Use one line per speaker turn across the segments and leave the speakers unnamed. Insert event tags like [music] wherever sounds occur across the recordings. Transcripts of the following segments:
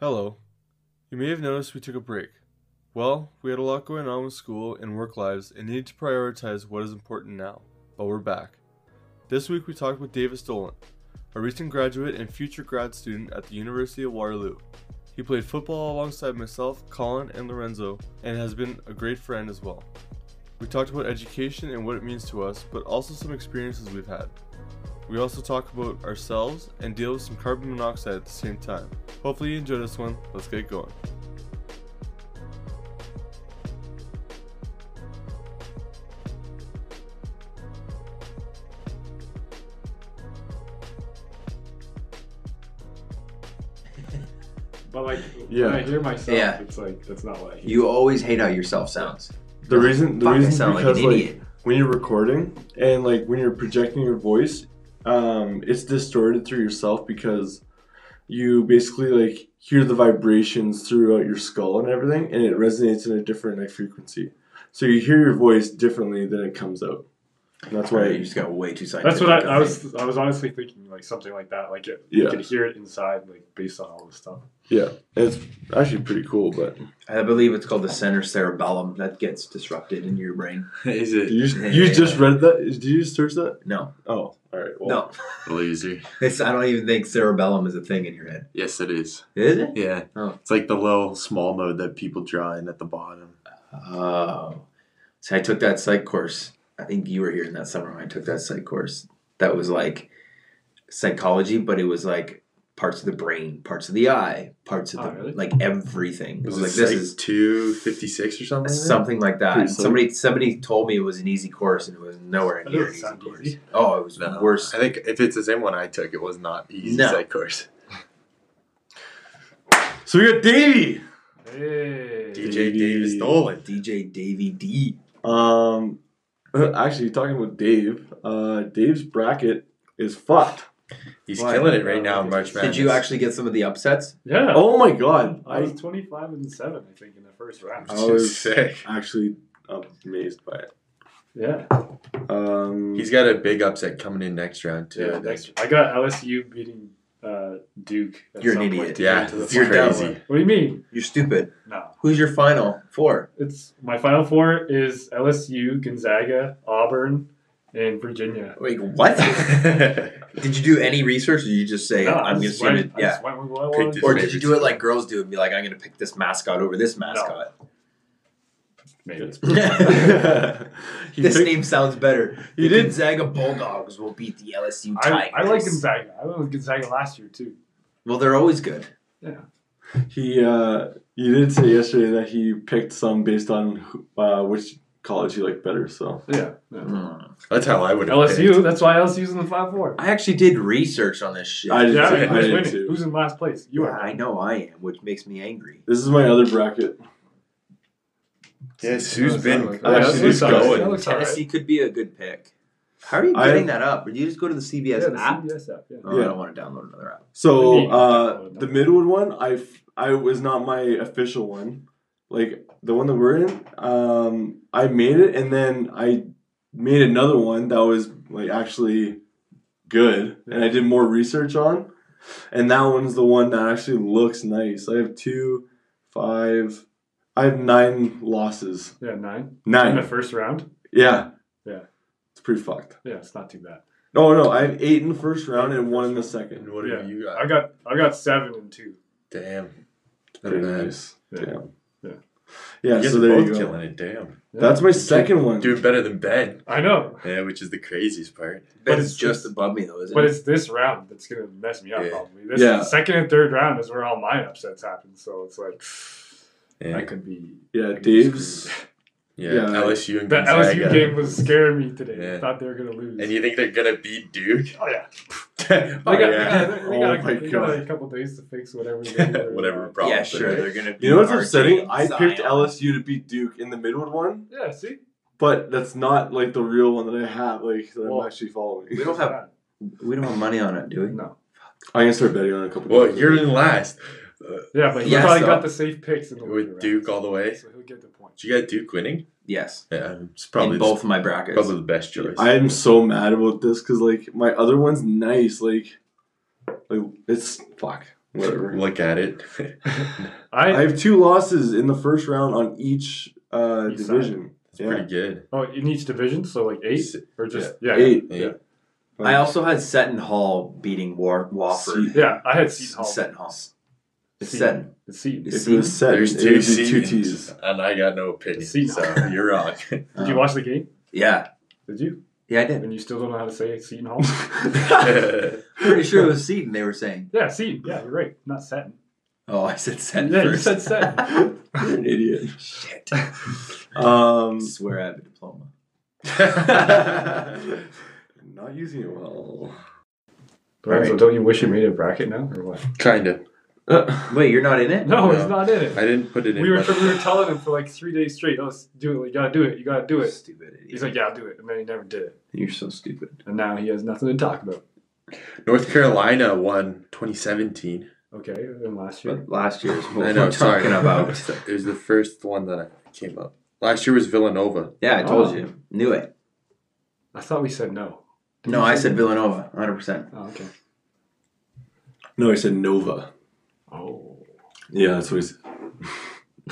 Hello. You may have noticed we took a break. Well, we had a lot going on with school and work lives and needed to prioritize what is important now, but we're back. This week we talked with Davis Dolan, a recent graduate and future grad student at the University of Waterloo. He played football alongside myself, Colin, and Lorenzo, and has been a great friend as well. We talked about education and what it means to us, but also some experiences we've had. We also talk about ourselves and deal with some carbon monoxide at the same time. Hopefully, you enjoy this one. Let's get going.
But like
Yeah.
when I hear myself,
Yeah.
it's like that's not what I hear.
You always hate how yourself sounds.
The reason, the
Fuck, I
reason,
sound like
because
an
like,
idiot.
when you're recording and like when you're projecting your voice, um, it's distorted through yourself because you basically like hear the vibrations throughout your skull and everything, and it resonates in a different like frequency. So you hear your voice differently than it comes out. And that's why.
you just got way too
That's
scientific.
what I, I was. I was honestly thinking like something like that. Like it,
Yeah.
you can hear it inside, like based on all this stuff.
Yeah, it's actually pretty cool, but
I believe it's called the center cerebellum that gets disrupted in your brain.
Is it
you you just read that? Did you search that?
No,
Oh, all right. Well,
no, [laughs]
laser?
it's, I don't even think cerebellum is a thing in your head.
Yes, it is.
Is it?
Yeah,
Oh.
it's like the little small mode that people draw in at the bottom.
Oh, see, I took that psych course. I think you were here in that summer when I took that psych course. That was like psychology, but it was like parts of the brain, parts of the eye, parts of
Oh,
the
really?
like everything. It was like this is
two fifty six or something?
something like that.
Pretty
And somebody somebody told me it was an easy course, and it was nowhere
That
near an
doesn't
easy
sound
course.
easy.
Oh, it was
No.
worse.
I think if it's the same one I took, it was not easy
No.
psych course.
so we got Davey.
Hey.
DJ
Davey.
Davis Dolan.
DJ Davey D.
Um, [laughs] actually, talking about Dave. Uh, Dave's bracket is fucked.
He's
Why?
killing it right now in March
Did
Madness.
you actually get some of the upsets?
Yeah.
Oh my god!
I was
I
twenty-five and seven, I think, in the first round.
Oh.
Which is [laughs] sick.
actually amazed by it.
Yeah.
Um, [laughs]
He's got a big upset coming in next round too. I
Yeah.
think.
Next, I got LSU beating uh, Duke. at
You're an
some point
idiot.
to
Yeah,
get to the
it's You're
finals.
crazy.
What do you mean?
You're stupid.
No.
Who's your final four?
It's my final four is LSU, Gonzaga, Auburn, and Virginia.
Wait, [laughs] what?
Picked
did you do any research? Or did you just say
No, I
I'm gonna
just
see it?
went- I
Yeah.
just went with what I wanted.
his
Or did you
favorite
do it
team.
like girls do and be like, I'm gonna pick this mascot over
[laughs]
this mascot? [laughs]
Maybe it's
he
[laughs] this
picked-
name sounds better.
He
the
did-
Gonzaga Bulldogs will beat the LSU
I,
Tigers.
I like Gonzaga. I went with Gonzaga last year too.
Well, they're always good.
He uh, you did say yesterday that he picked some based on who- uh, which college he liked better. So
Yeah.
[laughs] That's how I would have
LSU.
Picked.
That's why LSU's in the five four.
I actually did research on this shit.
I did
Yeah,
too. I
who's
did
winning?
too.
Who's in last place? You
Yeah,
are.
I know I am, which makes me angry.
This is my other bracket.
Yes, who's been?
I actually just
who's
got
going?
it. It's all
Tennessee could be a good pick. How are you
I-
getting that up? Did you just go to the
Yeah,
CBS
the
app?
CBS app, yeah.
Oh,
Yeah.
I don't want to download another app.
So
Maybe.
uh, the Midwood one, I f- I was not my official one. Like the one that we're in, um, I made it, and then I made another one that was like actually good, and I did more research on. And that one's the one that actually looks nice. I have two, five, I have nine losses.
Yeah, nine. In the [laughs]
Nine.
first round.
Yeah.
Yeah.
It's pretty fucked.
Yeah, it's not too bad.
No, no, I have eight in the first round and one in the second.
And what have
Yeah.
you got?
I got I got seven and two.
Damn.
Pretty
Not bad.
nice.
Yeah.
Damn.
Yeah.
Yeah,
You guys
so
are
there
both
you go.
killing it. Damn.
Yeah.
That's my second one.
Doing better than Ben.
I know,
Yeah, which is the craziest part.
But
it's-
it's just
it's-
above me though, isn't
but
it?
it's this round that's gonna mess me up
Yeah.
probably. This
Yeah.
second and third round is where all my upsets happen. So it's like [sighs] I
Yeah,
could be.
Yeah,
I could be
Dave's.
screwed.
yeah.
Yeah.
LSU and
The
Gonzaga.
LSU game was scaring me today. I
Yeah.
thought they were gonna lose.
And you think they're gonna beat Duke? [laughs]
oh yeah.
oh,
They got, they
yeah.
got, they
Oh
got,
my
a, they got
God.
a couple days to fix whatever.
[laughs]
they were-
Whatever problem.
yeah, sure.
right?
They're gonna. Be
You know what's
our
upsetting?
team,
I picked
Zion.
LSU to beat Duke in the Midwood one,
Yeah. See.
but that's not like the real one that I have. Like that
Well-
I'm actually following.
We don't have we don't have money on it, do we?
No.
I can start betting on a couple.
Well,
games.
you're in last
Yeah, but he
Yeah,
probably
so-
got the safe picks in the later
with Duke all the way.
rounds, so he'll get the point.
You got Duke winning.
Yes,
Yeah, it's probably
in both of my brackets.
probably the best choice.
I am so mad about this because like my other one's nice. Like, like it's fuck.
Whatever. Look at it. [laughs]
I,
I have two losses in the first round on each uh,
Each side.
division.
It's
Yeah.
pretty good.
oh in each division, so like eight
S-
or just yeah
Eight.
Yeah.
Like,
I also had Seton Hall beating War- Wofford.
See-
yeah. I had Seton Hall.
Seton Hall. It's
Seton.
Seton.
It's Seton.
if it was set,
There's
it would
two
be two
C's,
T's.
and I got no opinion.
Seton.
So you're wrong. [laughs]
Did
uh,
you watch the game?
Um, Yeah.
Did you?
Yeah, I did.
And you still don't know how to say Seton
[laughs]
Hall?
Pretty sure it was Seton they were saying.
yeah, Seton. Yeah, you're right. Not Seton.
Oh, I said Seton
Yeah, you
first.
said Seton.
You're an idiot.
Shit.
[laughs] Um,
swear I have a diploma.
not using it well.
Lorenzo,
Right.
don't you wish you made a bracket now or what?
kind of.
Wait, you're not in it?
No,
No.
it's not in it.
I didn't put it in.
We were,
but-
we were telling him for like three days straight, oh, s- do it. You gotta do it. You gotta do it.
Stupid idiot.
He's like, yeah, I'll do it. And then he never did it.
You're so stupid.
And now he has nothing to talk about.
North Carolina won 2017.
Okay, and last year.
But last year's what
I know.
we're
sorry.
talking about.
[laughs] it was the first one that I came up. Last year was Villanova.
Yeah, I told
Oh.
you. Knew it.
I thought we said no. Did
No,
we
I
say-
said Villanova, 100%.
Oh, okay.
No, I said Nova.
Oh.
Yeah, that's what he said.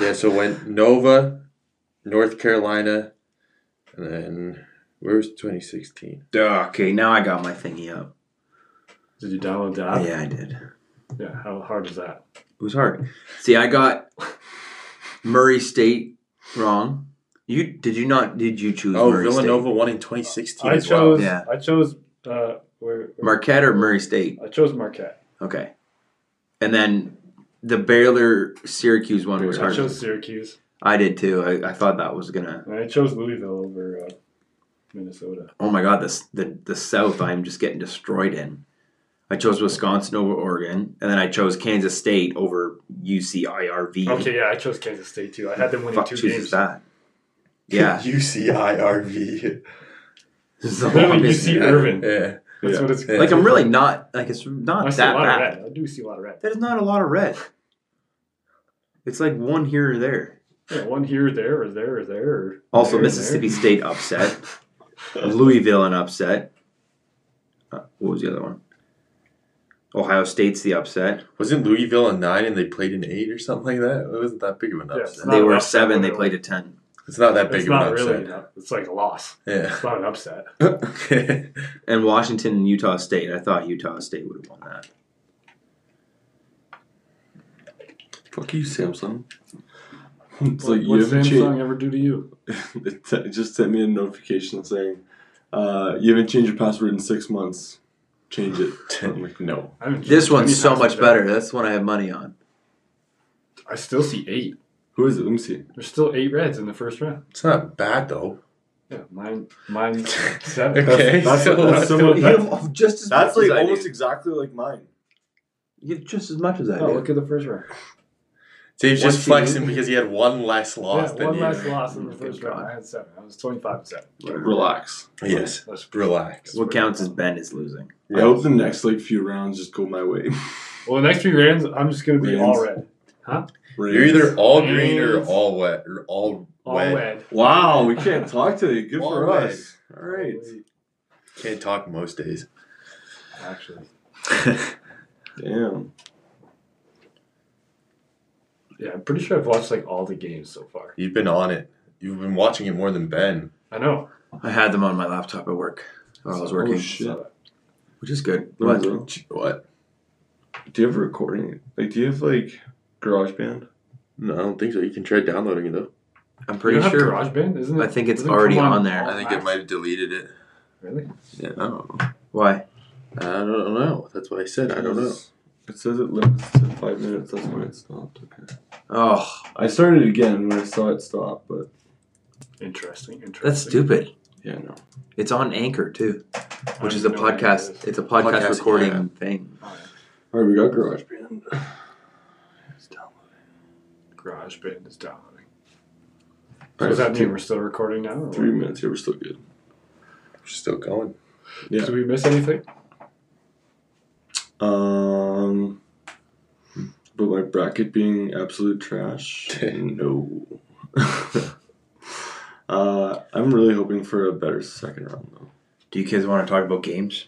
Yeah, so went Nova, North Carolina, and then where was 2016?
Duh, okay, now I got my thingy up.
Did you download the app?
yeah, I did.
Yeah, how hard is that?
It was hard. See, I got Murray State wrong. You did you not? Did you choose?
Oh,
Murray
Villanova won in 2016
I
as well.
chose. [laughs]
Yeah.
I chose. Uh, where,
State? Marquette or Murray State?
I chose Marquette.
Okay, and then the Baylor Syracuse one Oh, was
I
hard.
chose Syracuse.
I did too. I, I thought that was gonna.
And I chose Louisville over uh, Minnesota.
Oh my God, this the the South. I'm just getting destroyed in. I chose Wisconsin over Oregon, and then I chose Kansas State over UCIRV.
Okay, yeah, I chose Kansas State too. I had them winning
Mm-hmm. fuck
two
chooses
games.
that?
[laughs]
Yeah,
[laughs] UCIRV.
this is the
Literally,
whole
you
business.
see- Irvin.
Yeah.
That's
Yeah.
what it's
Yeah.
Like I'm really not like it's not
I see a
that
lot
bad.
of red. I do see a lot of red.
That is not a lot of red. It's like one here or there.
Yeah, one here, there, or there, or there. Or
Also,
there, or
Mississippi State upset. Louisville an upset. Uh, what was the other one? Ohio State's the upset.
Wasn't Louisville a nine and they played an eight or something like that? It wasn't that big of an
Yeah, it's
upset.
not-
they
an
were a
upset,
seven.
but
They
it
played a ten.
it's not that
there.
big
It's
of an
not
upset.
really. an up- It's like a loss.
Yeah. [laughs]
It's not an upset.
And Washington and Utah State. I thought Utah State would have won that.
Fuck you, Samsung.
[laughs] It's
What
like you
did
haven't
Samsung
changed. [laughs]
ever do to you?
It t- it just sent me a notification saying, uh, "You haven't changed your password in six months. Change it." [laughs] I'm like, no.
I haven't
This
changed any
one's so
times
much
I've done
better. That's the one I have money on.
it. I still see eight.
Who is it? Let me see.
There's still eight reds in the first round.
it's not bad though.
Yeah, mine,
[laughs]
mine, Oh, seven.
Okay,
That's,
so-
that's, that's
so
someone-
You
that's-
have al- Oh, just as
that's
much
like
as I do.
almost exactly like mine.
You have just as much as I
Oh,
do.
look at the first round.
Dave's just
One team.
flexing because he had one less loss
yeah,
than
one
you.
last loss in the
Mm,
first
good
round.
God.
I had seven. I was twenty-five and seven.
Relax.
Yes,
That's
relax.
What counts is Ben is losing. [laughs]
I hope the next like few rounds just go my way. [laughs]
Well, the next three rounds, I'm just gonna be all
Reds.
red,
You're either all green or
Yes.
all wet. Or all,
all
wet.
red.
wow. We can't talk today. Good
All
for
right.
us. All right.
Can't talk most days.
Actually,
Damn.
yeah, I'm pretty sure I've watched like all the games so far.
You've been on it. You've been watching it more than Ben.
I know.
I had them on my laptop at work while I was working,
Oh shit.
So,
which is good.
What?
But
What?
Do you have a recording? Like, do you have like GarageBand?
No, I don't think so. You can try downloading it though.
I'm
you
pretty
don't
sure
have GarageBand, isn't it?
I think it's
doesn't it
already
come
on there.
all
I think it
apps?
might have deleted it.
Really?
Yeah, I don't know.
Why?
I don't know. That's what I said. I don't know.
It says it limits to five minutes. That's why it stopped. Okay.
Oh,
I started again when I saw it stop, but
Interesting. Interesting.
that's stupid.
yeah, no.
It's on Anchor too,
I
which is a
have no idea
podcast.
this.
It's a podcast,
Podcast,
recording
yeah.
thing.
All right.
All right, we got GarageBand.
GarageBand is downloading. So
All
does
right,
that mean
three,
we're still recording now? Or
three minutes here. We're still good.
We're still going.
Yeah.
Did we miss anything?
Um, but my bracket being absolute [laughs] trash. no. uh, I'm really hoping for a better second round though.
Do you kids want to talk about games?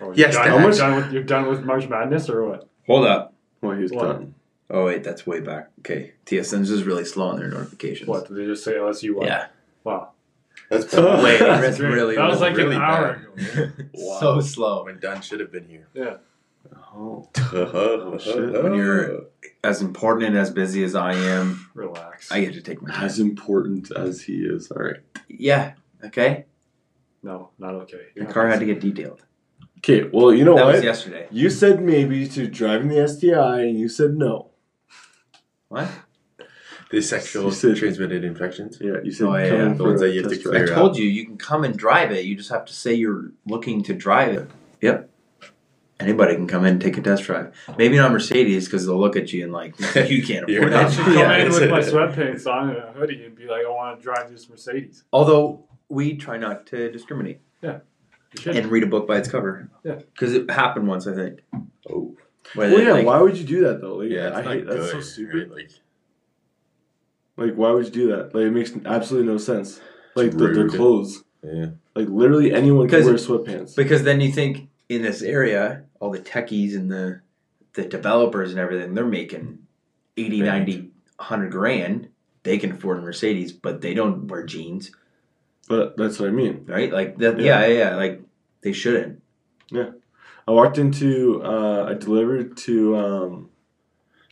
Oh,
Yes,
You're
how
done, you're
much-
done with, you're done with March Madness or what?
Hold up.
Well, he's
What?
done.
Oh wait, that's way back. Okay, TSN's is really slow on their notifications.
What did they just say? LSU won.
Yeah.
Wow.
That's bad.
Wait,
That's
that's
great.
really
That was like
really
an hour
bad.
ago.
[laughs] So slow.
When Dunn should have been here. [laughs]
Oh. shit. [laughs]
When
When you're- As important and as busy as I am,
Relax.
I get to take my time.
As important as he is. All right.
Yeah. Okay.
no, not okay.
Your car had to get detailed.
Okay. Well, you know
that
what?
was yesterday.
You said maybe to driving the STI, and you said no.
What?
the sexual [laughs]
You said-
transmitted infections.
Yeah, you said
Oh, yeah,
come
yeah.
in
The
for
ones
a
that you have to
test
clear.
drive.
I
out.
told you you can come and drive it. You just have to say you're looking to drive it. Yep. Anybody can come in and take a test drive. Maybe not Mercedes because they'll look at you and [laughs] like you can't
You're
afford
not-
I
[laughs] that.
should come
Yeah,
in
it's
with
a-
my sweatpants on and a hoodie and be like, I want to drive this Mercedes.
Although we try not to discriminate
You should.
and read a book by its cover.
Yeah.
Because it happened once, I think.
Oh,
Where
Well,
they,
yeah.
like,
why would you do that though? Like,
yeah, it's
I
not
hate that's so
good,
stupid.
right? Like,
Like, why would you do that? Like, it makes absolutely no sense. Like the, their
rude.
clothes.
yeah,
Like literally anyone can
'Cause-
wear sweatpants.
Because then you think in this area, all the techies and the the developers and everything, they're making 80,
Right.
90, 100 grand. They can afford a Mercedes, but they don't wear jeans,
but that's what I mean.
right? Like that,
Yeah.
yeah, yeah, yeah, like they shouldn't.
I walked into uh, I delivered to um,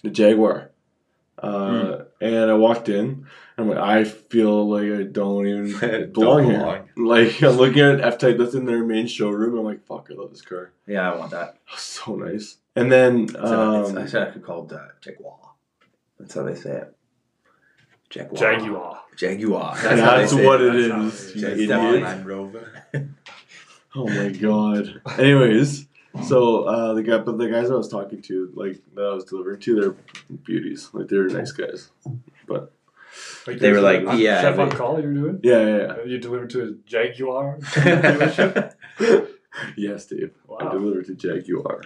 the Jaguar, uh,
Hmm.
and I walked in. And I'm like, I feel like I don't
[laughs]
even
Don't
belong here.
belong.
Like I'm looking at an F Type that's in their main showroom. I'm like, fuck, I love this car.
Yeah, I want that.
So nice. And then
It's,
um,
it's, I said I could call it uh, Jaguar. That's how they say it. Jaguar.
Jaguar.
[laughs] Jaguar. That's,
that's,
how they say
what
it.
it
That's
is.
how it
you
is.
That's
idiot.
definitely
Land Rover.
Oh my god. Anyways, so uh, the guy, but the guys I was talking to, like that I was delivering to, they're beauties. Like they're nice guys.
They were like, yeah.
Chef on
they-
call, you're doing?
Yeah, yeah, yeah.
You delivered to a
[laughs]
Jaguar?
[laughs] Yes, Dave. I
Wow.
delivered to Jaguar.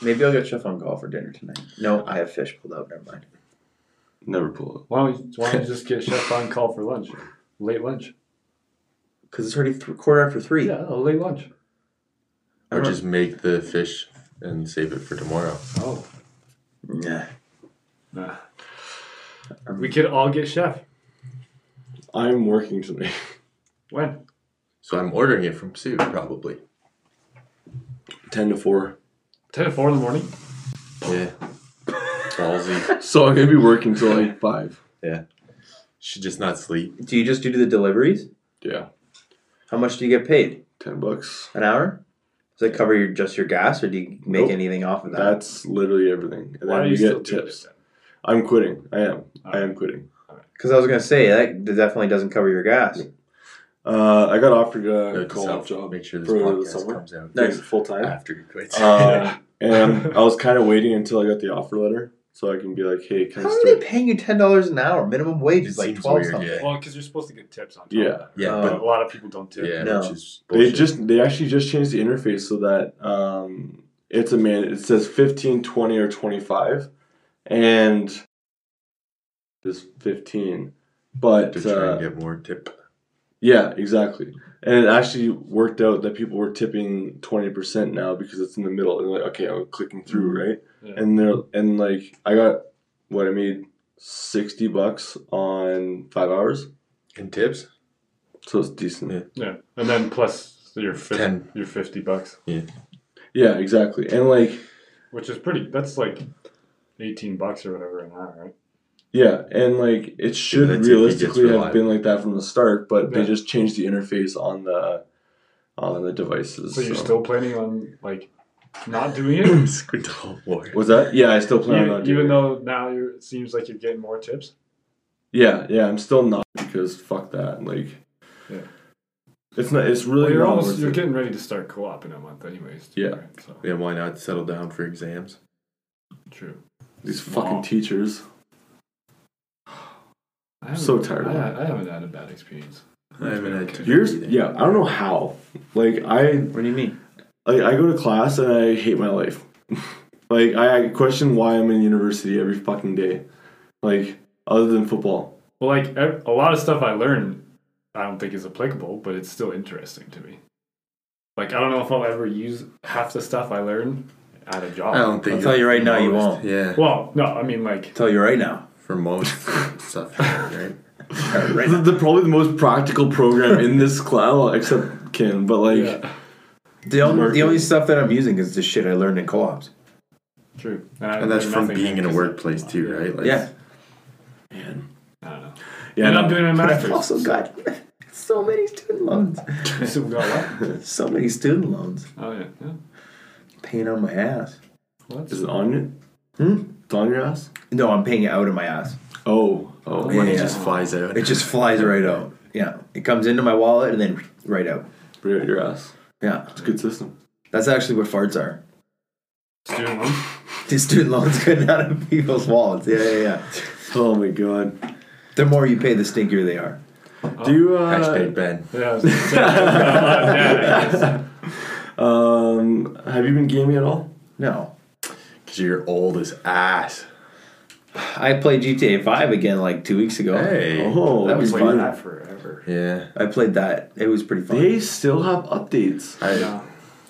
Maybe I'll get Chef on call for dinner tonight. No, I have fish pulled out. Never mind.
Never pull
Why don't, you, why don't you just get Chef on call for lunch? Late lunch.
Because it's already th- quarter after three.
Yeah, a late lunch.
Or just make the fish and save it for tomorrow.
Oh.
Nah.
Nah. We could all get Chef.
it. I'm working tonight.
When?
So I'm ordering it from Sue probably.
[laughs] Ten to four.
10 to 4 in the morning?
Yeah, [laughs] ballsy.
So I'm gonna be working till like five.
Should just not sleep.
Do you just do the deliveries?
Yeah.
How much do you get paid?
Ten bucks.
An hour? Does that cover your just your gas, or do you make
Nope.
anything off of that?
That's literally everything. And
Why
then you
do you still
get
do
tips.
this then?
I'm quitting. I am. I am quitting.
Because I was gonna say that definitely doesn't cover your gas.
Uh, I got offered a
Note to
co-op
self,
job.
Make sure this
for the
podcast
summer.
comes out
Nice.
full time.
after you quit.
[laughs]
Uh,
[laughs]
and I was kind of waiting until I got the offer letter so I can be like, hey, can
How
I
are they
start?
paying you ten dollars an hour? Minimum wage is
It
like
seems
twelve
weird,
something.
yeah.
Well, because you're supposed to get tips on top.
Yeah.
of
yeah,
that.
Uh,
but
But a lot of people don't tip.
yeah,
no.
which is
oh. They
bullshit.
just they actually just changed the interface so that um, it's a man. It says 15, 20, or twenty five, and is fifteen. But
to try and
uh,
get more tip.
yeah, exactly. And it actually worked out that people were tipping twenty percent now because it's in the middle. And like, okay, I'm clicking through,
Mm-hmm.
right?
Yeah.
And they're and like I got what I made sixty bucks on five hours,
And tips? [clears throat]
so it's decent.
Yeah.
Yeah, and then plus your 50,
Ten.
your fifty bucks,
Yeah, exactly. And like,
which is pretty. That's like eighteen bucks or whatever an hour, right?
yeah, and like it should
that's if he gets
realistically have
reliable.
been like that from the start, but they
Yeah.
just changed the interface on the on the devices.
So you're still planning on like not doing
[clears throat]
it,
Squidward War.
was that? Yeah, I still plan
even,
on
even
doing. it.
though now you're, it seems like you're getting more tips.
Yeah, yeah, I'm still not because fuck that. Like,
Yeah.
it's not. It's really
Well, you're
not
almost
worth
you're
it.
getting ready to start co-op in a month, anyways. too,
Yeah.
right? So
Yeah, why not settle down for exams?
true.
these fucking teachers.
I'm
so tired of
I,
that.
I haven't had a bad experience.
I haven't had two
Yours,
either.
yeah, I don't know how. Like, I
What do you mean?
like I go to class and I hate my life. [laughs] like I, I question why I'm in university every fucking day. Like other than football.
Well, like ev- a lot of stuff I learned, I don't think is applicable, but it's still interesting to me. Like I don't know if I'll ever use half the stuff I learned out of job.
I don't think.
I'll tell you right now, you
most-
won't.
Yeah,
Well, no, I mean
[laughs]
like
Tell you right now.
for most stuff,
[laughs]
right?
Right
This
now.
is the, probably the most practical program in this class, well, except Ken. But like,
yeah,
The only, the only stuff that I'm using is the shit I learned in co-ops.
true.
And that's from being in a workplace too, right? Like,
Yeah.
I don't know.
yeah,
and
no.
I'm
[laughs]
doing a
I've
master's.
also got [laughs] so many student loans.
so we got [laughs]
[laughs]
what?
So many student loans.
Oh yeah, yeah.
Pain on my ass.
What?
is it on you?
Hmm?
It's on your ass.
No, I'm paying it out of my ass.
Oh,
Oh, when it
Yeah.
just flies out.
It just flies right out. Yeah. It comes into my wallet and then right out.
right at your ass.
Yeah.
It's a good system.
That's actually what farts are. [laughs]
Student loan.
These student loans going out of people's wallets. Yeah, yeah, yeah.
Oh my god.
The more you pay, the stinkier they are.
Do you uh,
Hashtag Ben.
Yeah, I was gonna say,
[laughs]
I'm dead, I guess.
um have you been gaming at all?
No.
Cause you're old as ass.
I played GTA 5 again like two weeks ago.
Hey.
Oh,
That was
dude.
fun.
that forever.
Yeah.
I played that. It was pretty fun.
They still have updates.
I,
Yeah.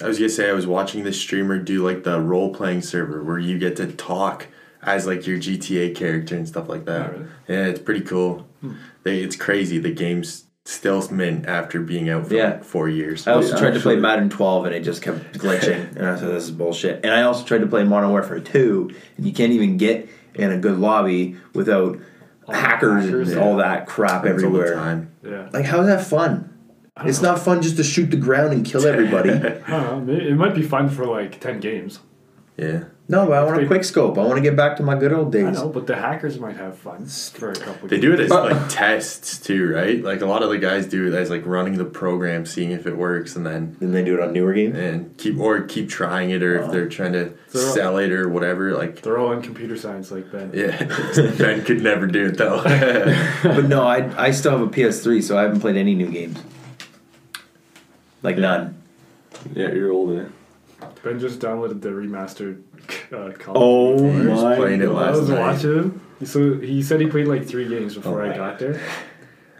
I was gonna say I was watching this streamer do like the role playing server where you get to talk as like your GTA character and stuff like that.
Oh, really?
Yeah, it's pretty cool.
Hmm.
They, it's crazy. The game's still mint after being out for
Yeah.
like four years.
I also
Yeah,
tried to play
actually.
Madden 12 and it just kept
[laughs]
glitching. and I said, this is bullshit. And I also tried to play Modern Warfare 2 and you can't even get in a good lobby without hackers,
hackers,
and
yeah.
all that crap
Happens all the
everywhere.
time.
Yeah.
Like, how's that fun? It's not fun just to shoot the ground and kill
[laughs]
everybody.
I don't know. It it might be fun for like 10 games.
Yeah.
no, but I want a quick scope. I want to get back to my good old
I
days.
know, but the hackers might have fun for a couple
They
games.
do it as like tests too, right? Like a lot of the guys do it as like running the program, seeing if it works, and then
Then they do it on newer
[laughs]
games.
and keep or keep trying it, or if they're trying to
So-
sell it or whatever. Like,
They're all in computer science like Ben.
yeah, Ben could never do it though.
but no, I I still have a PS3, so I haven't played any new games. Like none.
Yeah, you're old. Eh?
Ben just downloaded the remastered uh, Call of
Oh
I was
my.
playing it
God.
I
last
was
night.
watching him. So he said he played like three games before
Oh
I
my
got there.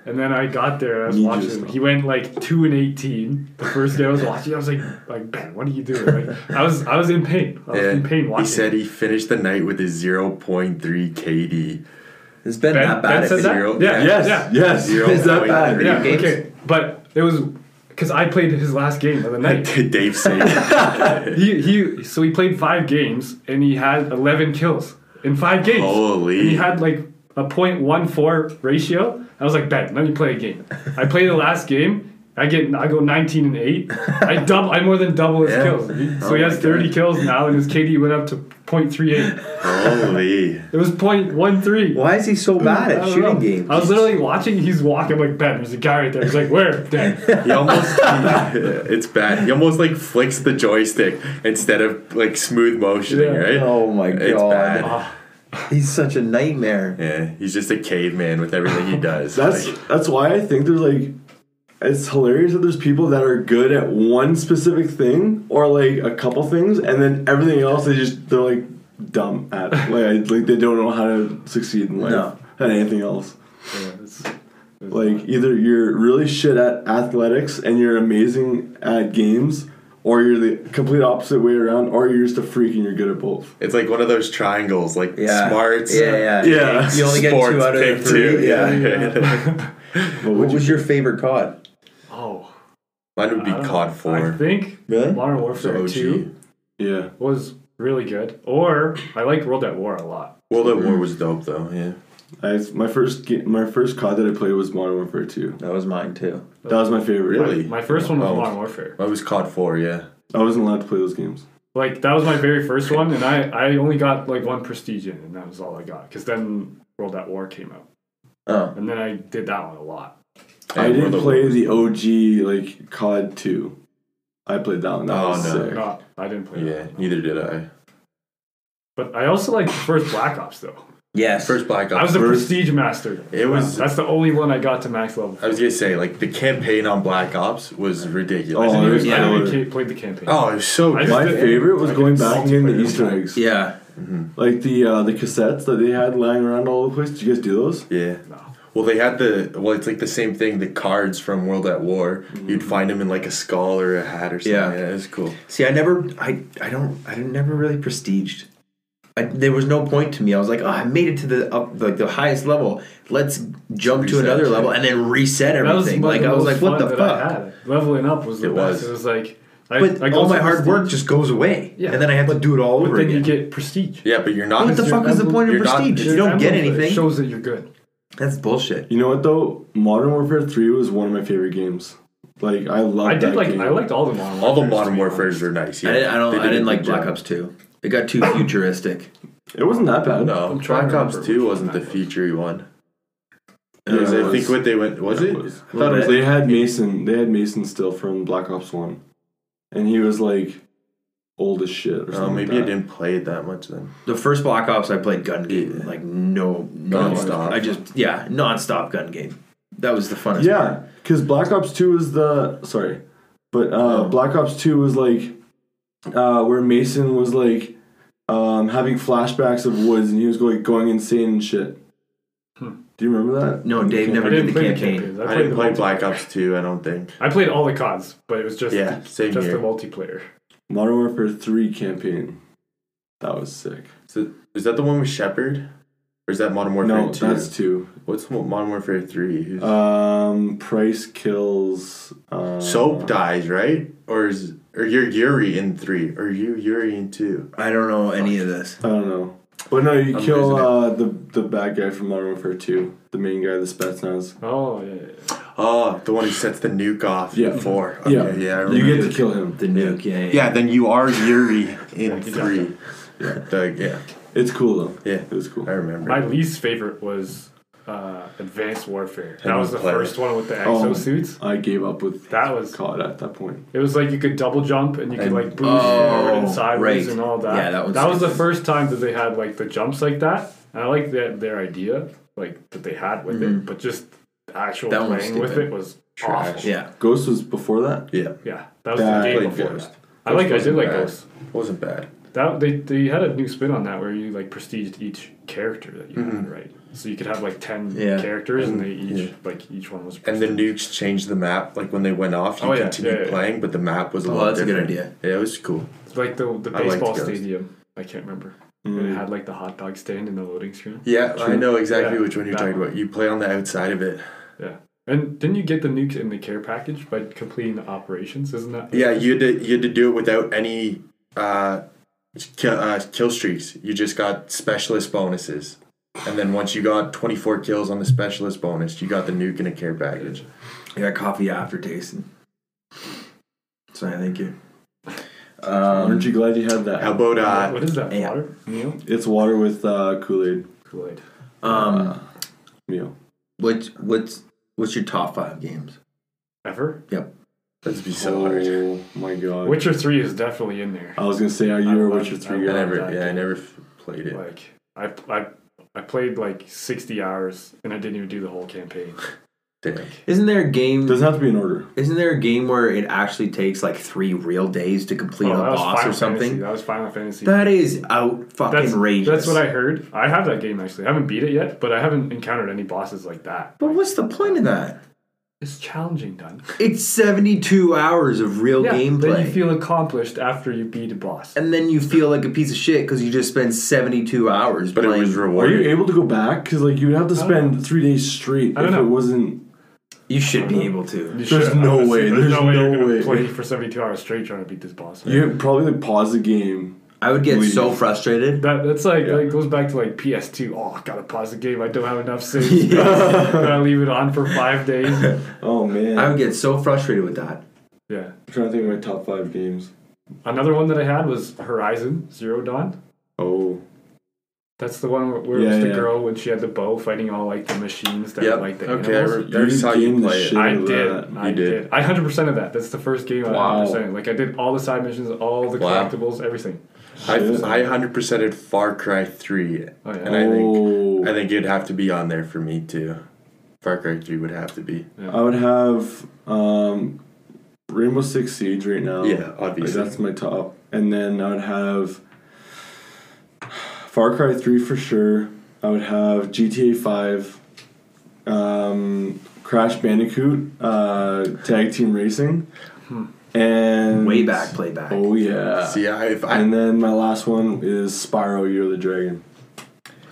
And then I got there. I was
You
watching
just-
him. He went like two and eighteen. The first game I was watching, I was like, like Ben, what are you doing? Like, I was I was in pain. I was
[laughs]
in pain
he
watching.
said he finished the night with a 0.3 KD.
It's been
Ben, ben
that bad.
said that.
at zero.
zero.
Yeah,
Yes.
yeah,
Yes.
Zero
Is that
point
bad?
three.
yeah.
games?
Okay, but it was because I played his last game of the night.
[laughs] Dave saved.
he he. So he played five games and he had eleven kills in five games.
Holy.
And he had like a 0.14 ratio. I was like, Ben, let me play a game. I play the last game. I get I go 19 and 8.
[laughs]
I double I more than double his
Yeah.
kills. He- So he
Oh
has
my
30
God.
kills now and his KD went up to 0.38.
Holy.
It was 0.13.
Why is he so bad
Mm, I
at
don't
shooting
know.
games?
I was literally watching. He's walking. I'm like Ben. There's a guy right there. He's like, where?
[laughs]
Dan.
He almost [laughs] it's bad. He almost like flicks the joystick instead of like smooth motioning,
Yeah.
right?
Oh my
It's
god.
bad.
Ah.
He's such a nightmare.
Yeah, he's just a caveman with everything he does.
[laughs] That's
Like,
that's why I think there's like it's hilarious that there's people that are good at one specific thing or like a couple things and then everything else they just they're like dumb at it. like I, like they don't know how to succeed in life
No.
at anything else.
Yeah, it's-
Like either you're really shit at athletics and you're amazing at games or you're the complete opposite way around or you're just a freak and you're good at both.
it's like one of those triangles, like
Yeah.
smarts.
Yeah, yeah.
Yeah.
You only get
sports,
two out of the
pick
three.
two.
Yeah.
What would
What
you
was your favorite COD?
oh,
Mine would
I
be Hmm?
don't know.
COD
I
4.
think
Really?
Modern
So
Warfare
OG.
Two
Yeah.
was really good. Or I like World at War a lot.
World at War was dope though, yeah.
I, my first ga- my first COD that I played was Modern Warfare 2.
That was mine too.
That was my favorite.
Really?
My first one was
Oh.
Modern Warfare.
Mine was COD 4, yeah.
I wasn't allowed to play those games.
Like that was my very first one, and I I only got like one prestige in, and that was all I got. Because then World at War came out,
Oh.
and then I did that one a lot.
I
Yeah,
didn't
World at
play
War.
the OG like COD two. I played that one. That
Oh,
was
no.
sick.
Not I didn't play.
Yeah,
That one.
neither did I.
But I also like the first Black Ops though.
Yes.
First Black Ops.
I was a
first-
prestige master.
It was-
that's the only one I got to max level.
I was gonna say, like the campaign on Black Ops was ridiculous.
Oh,
I
there's
didn't
yeah.
even
another-
ca- played the campaign.
Oh, it was
I
so good.
just
My
did-
favorite was
I
going
did
back in the
multiplayer.
Easter eggs,
Yeah.
like the uh, the cassettes that they had lying around all over the place. Did you guys do those?
Yeah.
No.
Well, they had the well. It's like the same thing. The cards from World at War. You'd find them in like a skull or a hat or something.
Yeah.
Yeah, it was cool.
See, I never, I, I don't, I never really prestiged. I, there was no point to me. I was like, oh, I made it to the up, like the highest level. Let's jump to
Reset,
another
right?
level and then reset
That was
everything.
one of
Like
the
I was
most
like, what
fun
the
that I
fuck?
had. Leveling up was the
It
best.
was.
It was like, I,
But
I go
all
to
my hard
prestige,
work just goes away,
Yeah.
and then I have to do it all
but
over
then you
again.
get prestige.
Yeah, but you're not.
What the
you're
fuck is the
not-
point of
you're not-
prestige?
you're-
You don't get
It
anything.
shows that you're good.
That's bullshit.
You know what though? Modern Warfare 3 was one of my favorite games. Like I love
I did
that
like
game.
I liked all the modern
all the
Warfares, to
modern
be honest.
warfares are nice.
I
Yeah,
didn't, I don't,
They
I
did a
didn't like
good
Black
job.
Ops Two. It got [laughs] too futuristic.
it wasn't that bad.
No,
I'm trying
Black
to
Ops
remember
Two
which
wasn't the
one that was.
featurey one.
Yeah,
Uh,
Because
it
I
was.
think what they went was it. Uh,
Was-
I thought it was
they had Mason. They had Mason still from Black Ops One, and he was like old as shit or
Oh,
something.
maybe
like
I
that.
didn't play it that much then.
The first Black Ops, I played gun game,
Yeah.
like no, no
Nonstop.
I just yeah, nonstop gun game. That was the funnest.
Yeah, because Black Ops Two is the sorry, but uh,
Oh.
Black Ops Two was like uh, where Mason was like um, having flashbacks of woods, and he was going going insane and shit.
Hmm.
Do you remember that?
No, Dave never
I
did
didn't
the
play the
campaign.
campaigns.
I,
I played
didn't
the
play
multi-
Black Ops Two. I don't think.
I played all the CODs, but it was just
Yeah, same
just
here.
the multiplayer.
Modern Warfare Three campaign. That was sick.
So is that the one with Shepard, or is that Modern Warfare
no,
Two?
that's two.
What's Mo- Modern Warfare Three? Who's-
Um, Price kills. Uh,
Soap dies, right? Or is or you're Yuri in three, or you Yuri in two?
I don't know any of this.
I don't know. But no, you
I'm
kill
losing it.
uh, the the bad guy from Modern Warfare Two, the main guy, the Spetsnaz.
Oh yeah, yeah, yeah.
Oh, the one who sets the nuke off.
Yeah.
in four.
Yeah.
Okay, yeah, I
You
remember.
get to kill him.
The nuke, yeah, yeah.
yeah, then you are [laughs] Yuri in three. The- yeah,
It's cool though.
yeah,
It was cool.
I remember.
My least favorite was uh, Advanced Warfare. That
Haven't
was the
played it.
first one with the
Oh.
exosuits.
I gave up with
That was
COD at that point.
It was like you could double jump and you could
And-
like boost
Oh,
forward and sideways
right.
and all that.
Yeah, that
was
was-
the first time that they had like the jumps like that. And I like that their idea, like that they had with it, but just the actual
Mm-hmm. That one was
playing with
stupid.
it was
Trash.
awful.
Yeah.
Ghost was before that.
Yeah,
Yeah, that was
Yeah, I
the game
played
before
Ghost.
that. I like. I
Ghost
did like
wasn't
Ghost.
wasn't bad.
That they they had a new spin on that where you like prestiged each character that you had, right? So you could have like ten
Yeah.
characters, and they each
Mm-hmm. yeah.
like each one was.
And the
prestiged.
nukes changed the map. Like when they went off, you
Oh, yeah,
continued
yeah, yeah.
playing, but the map was a
Oh,
lot
that's a good
different.
idea.
Yeah, it was cool.
like the the
I liked
baseball
Ghost.
stadium. I can't remember.
Mm.
Mm.
It
Um,
had like the hot dog stand in the loading screen.
Yeah, I know exactly
Yeah,
which one you're
that
talking
one.
about. You play on the outside of it.
Yeah. And didn't you get the nukes in the care package by completing the operations? Isn't that
Yeah, you had to you had to do it without any uh, kill, uh, kill streaks. You just got specialist bonuses, and then once you got 24 kills on the specialist bonus, you got the nuke in a care package.
I got coffee aftertaste. And... Sorry, thank you. Um,
Aren't you glad you had
How
that?
about uh,
what is that?
yeah.
Water? Meal?
It's water with uh, Kool Aid
Kool Aid.
um,
meal.
what, what's, what's your top five games?
Ever?
let's be so hard.
Oh my god.
Witcher 3 is definitely in there.
I was gonna say, are you a
love-
Witcher
I
Three
I
guy?
never,
that
yeah, I
game.
never f- played it.
Like, I, I, I played like 60 hours and I didn't even do the whole campaign.
Damn.
Isn't there a game?
Doesn't have to be in order.
Isn't there a game where it actually takes like three real days to complete
Oh,
a
that was
boss
Final
or
Fantasy.
something?
That was Final Fantasy.
That is out fucking
that's,
range.
that's what I heard. I have that game actually. I haven't beat it yet, but I haven't encountered any bosses like that.
But what's the point of that?
It's challenging, done.
It's seventy-two hours of real
Yeah,
gameplay,
then you feel accomplished after you beat a boss.
and then you feel like a piece of shit because you just spent seventy-two hours.
But it
playing.
was
Are you
rewarding.
able to go back? Because like you would have to
I don't
spend three days straight
I don't
if it
know.
wasn't.
You should be able to.
You
There's no
honestly,
way. There's
you're
no
gonna
way.
Play for seventy-two hours straight trying to beat this boss.
You could probably like, pause the
[laughs]
game.
I would get so
Leave.
frustrated.
That that's like
Yeah.
like goes back to like PS2. Oh, gotta pause the game. I don't have enough saves. [laughs] gotta leave it on for five days.
[laughs]
[laughs]
Oh man.
I
I'm
would get so frustrated with that.
Yeah.
trying to think of my top five games.
Another one that I had was Horizon Zero Dawn.
Oh.
That's the one where it
Yeah,
was the
yeah.
girl when she had the bow fighting all like the machines that
Yep.
were like the
Okay, I
animals.
re- There's how you
game the
play it.
shit
I
out of
did.
that.
I
You
did.
did.
I hundred percent of that. That's the first game I
Wow.
hundred percent. Like I did all the side missions, all the
Wow.
collectibles, everything.
I
Shit.
I hundred percented Far Cry Three,
Oh, yeah.
and I think
Oh.
I think it'd have to be on there for me too. Far Cry Three would have to be.
I would have um, Rainbow Six Siege right now.
Yeah,
Oh. Like,
obviously.
that's my top. And then I would have Far Cry 3 for sure. I would have GTA 5. um, Crash Bandicoot uh, Tag Team Racing, and
Way back, playback.
Oh yeah.
See, I, if I
and then my last one is Spyro Year of the Dragon.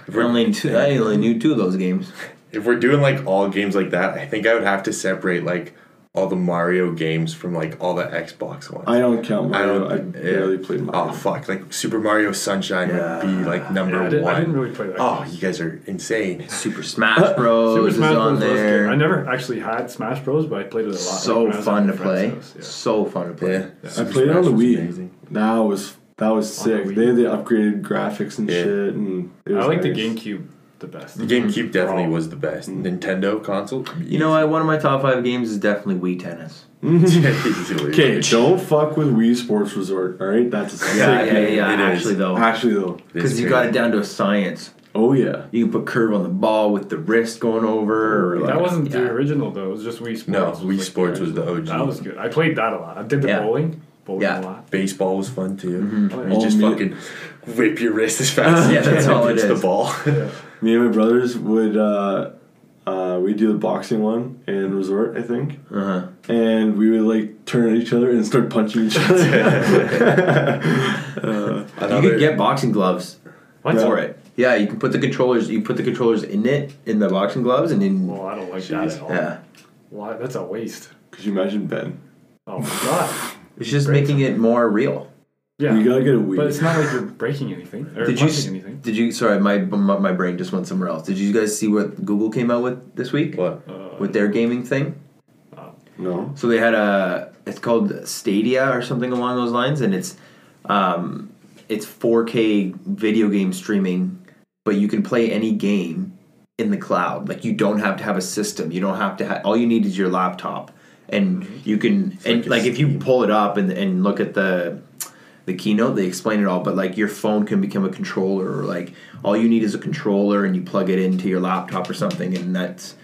if
I
we're,
only, two, I only knew two of those games.
if we're doing like all games like that, I think I would have to separate like all the Mario games from like all the Xbox ones.
I don't count
I
Mario. I,
yeah.
barely played Mario.
Oh fuck! Like Super Mario Sunshine
Yeah.
would be like number
I, did,
one.
I didn't really play that.
oh, you guys are insane.
Super Smash Bros.
[laughs] Super
is
Smash Bros.
on
was good.
there.
I never actually had Smash Bros, but I played it a lot. like,
so
when I was at
fun
my
to play.
friend's house, yeah.
So fun to play.
Yeah,
I played it on the Wii. That was that was
On the
sick.
Wii.
They had the upgraded graphics and
Yeah.
shit, and it
I
was
like the
nice.
GameCube the best.
GameCube definitely
Wrong.
was the best. Nintendo console,
Mm. You
[laughs]
know what? One of my top five games is definitely Wii Tennis.
easily.
Okay, don't fuck with Wii Sports Resort. All right, that's a sick
Yeah, yeah,
game.
yeah.
It is.
actually, though,
Actually though,
because you got it down to a science.
oh yeah,
You can put curve on the ball with the wrist going over. Or like,
That wasn't the
yeah.
original though. It was just Wii Sports.
No,
It was
Wii
like
Sports was the
original.
OG.
That was good. I played that a lot. I did the
Yeah.
bowling, bowling
Yeah.
a lot.
Baseball was fun too.
Oh,
You
yeah.
just
Oh, me-
fucking whip your wrist as
[laughs]
fast as you
Mm-hmm. Yeah,
can
that's all
and
it
pitch the
is.
ball.
me and my brothers would uh, uh, we do the boxing one in Resort, I think,
Uh-huh.
and we would like turn at each other and start punching each
[laughs]
[laughs] Uh, other.
You
Another-
could get boxing gloves
What?
for it. Yeah, you can put the controllers. You put the controllers in it in the boxing gloves, and then
Well, I don't like that at all.
yeah,
Why- That's a waste.
Could you imagine Ben?
Oh my god.
it's just making it more real.
Yeah.
You gotta get a Wii.
but it's not like you're breaking anything or
Did you?
punching
s-
anything.
Did you? Sorry, my my my brain just went somewhere else. Did you guys see what Google came out with this week
What?
Uh,
with their gaming thing?
no.
So they had a it's called Stadia or something along those lines, and it's um, it's 4K video game streaming, but you can play any game in the cloud. Like you don't have to have a system. You don't have to have. All you need is your laptop, and you can and
Mm-hmm. like
like
a
if you pull it up and and look at the the keynote they explain it all but like your phone can become a controller or like all you need is a controller and you plug it into your laptop or something and that's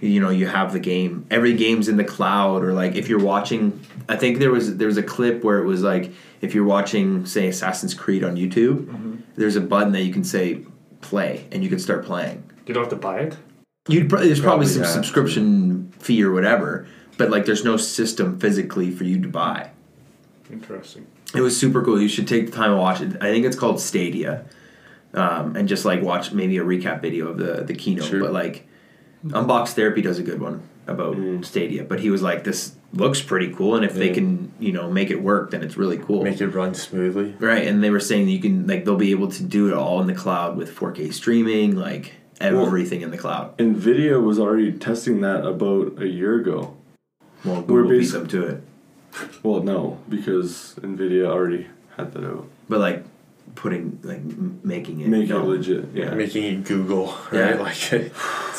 you know you have the game every game's in the cloud or like if you're watching i think there was there was a clip where it was like if you're watching say assassin's creed on youtube there's a button that you can say play and you can start playing
You don't have to buy it.
You'd pro- there's probably,
Probably
some
have to.
subscription fee or whatever, but like there's no system physically for you to buy.
Interesting.
It was super cool. You should take the time to watch it. I think it's called Stadia, um, and just like watch maybe a recap video of the the keynote.
Sure.
But like, Unbox Therapy does a good one about Stadia. But he was like, "This looks pretty cool, and if they
Mm. Yeah.
can, you know, make it work, then it's really cool."
Make it run smoothly.
Right, and they were saying that you can like they'll be able to do it all in the cloud with 4K streaming, like everything in the cloud.
Nvidia was already testing that about a year ago.
Well,
We're
Google beat
basi-
them to it.
Well, no, because Nvidia already had that out.
but like putting like m- making it
Make it
known.
legit. Yeah.
Making it Google, right?
Yeah.
[laughs] Like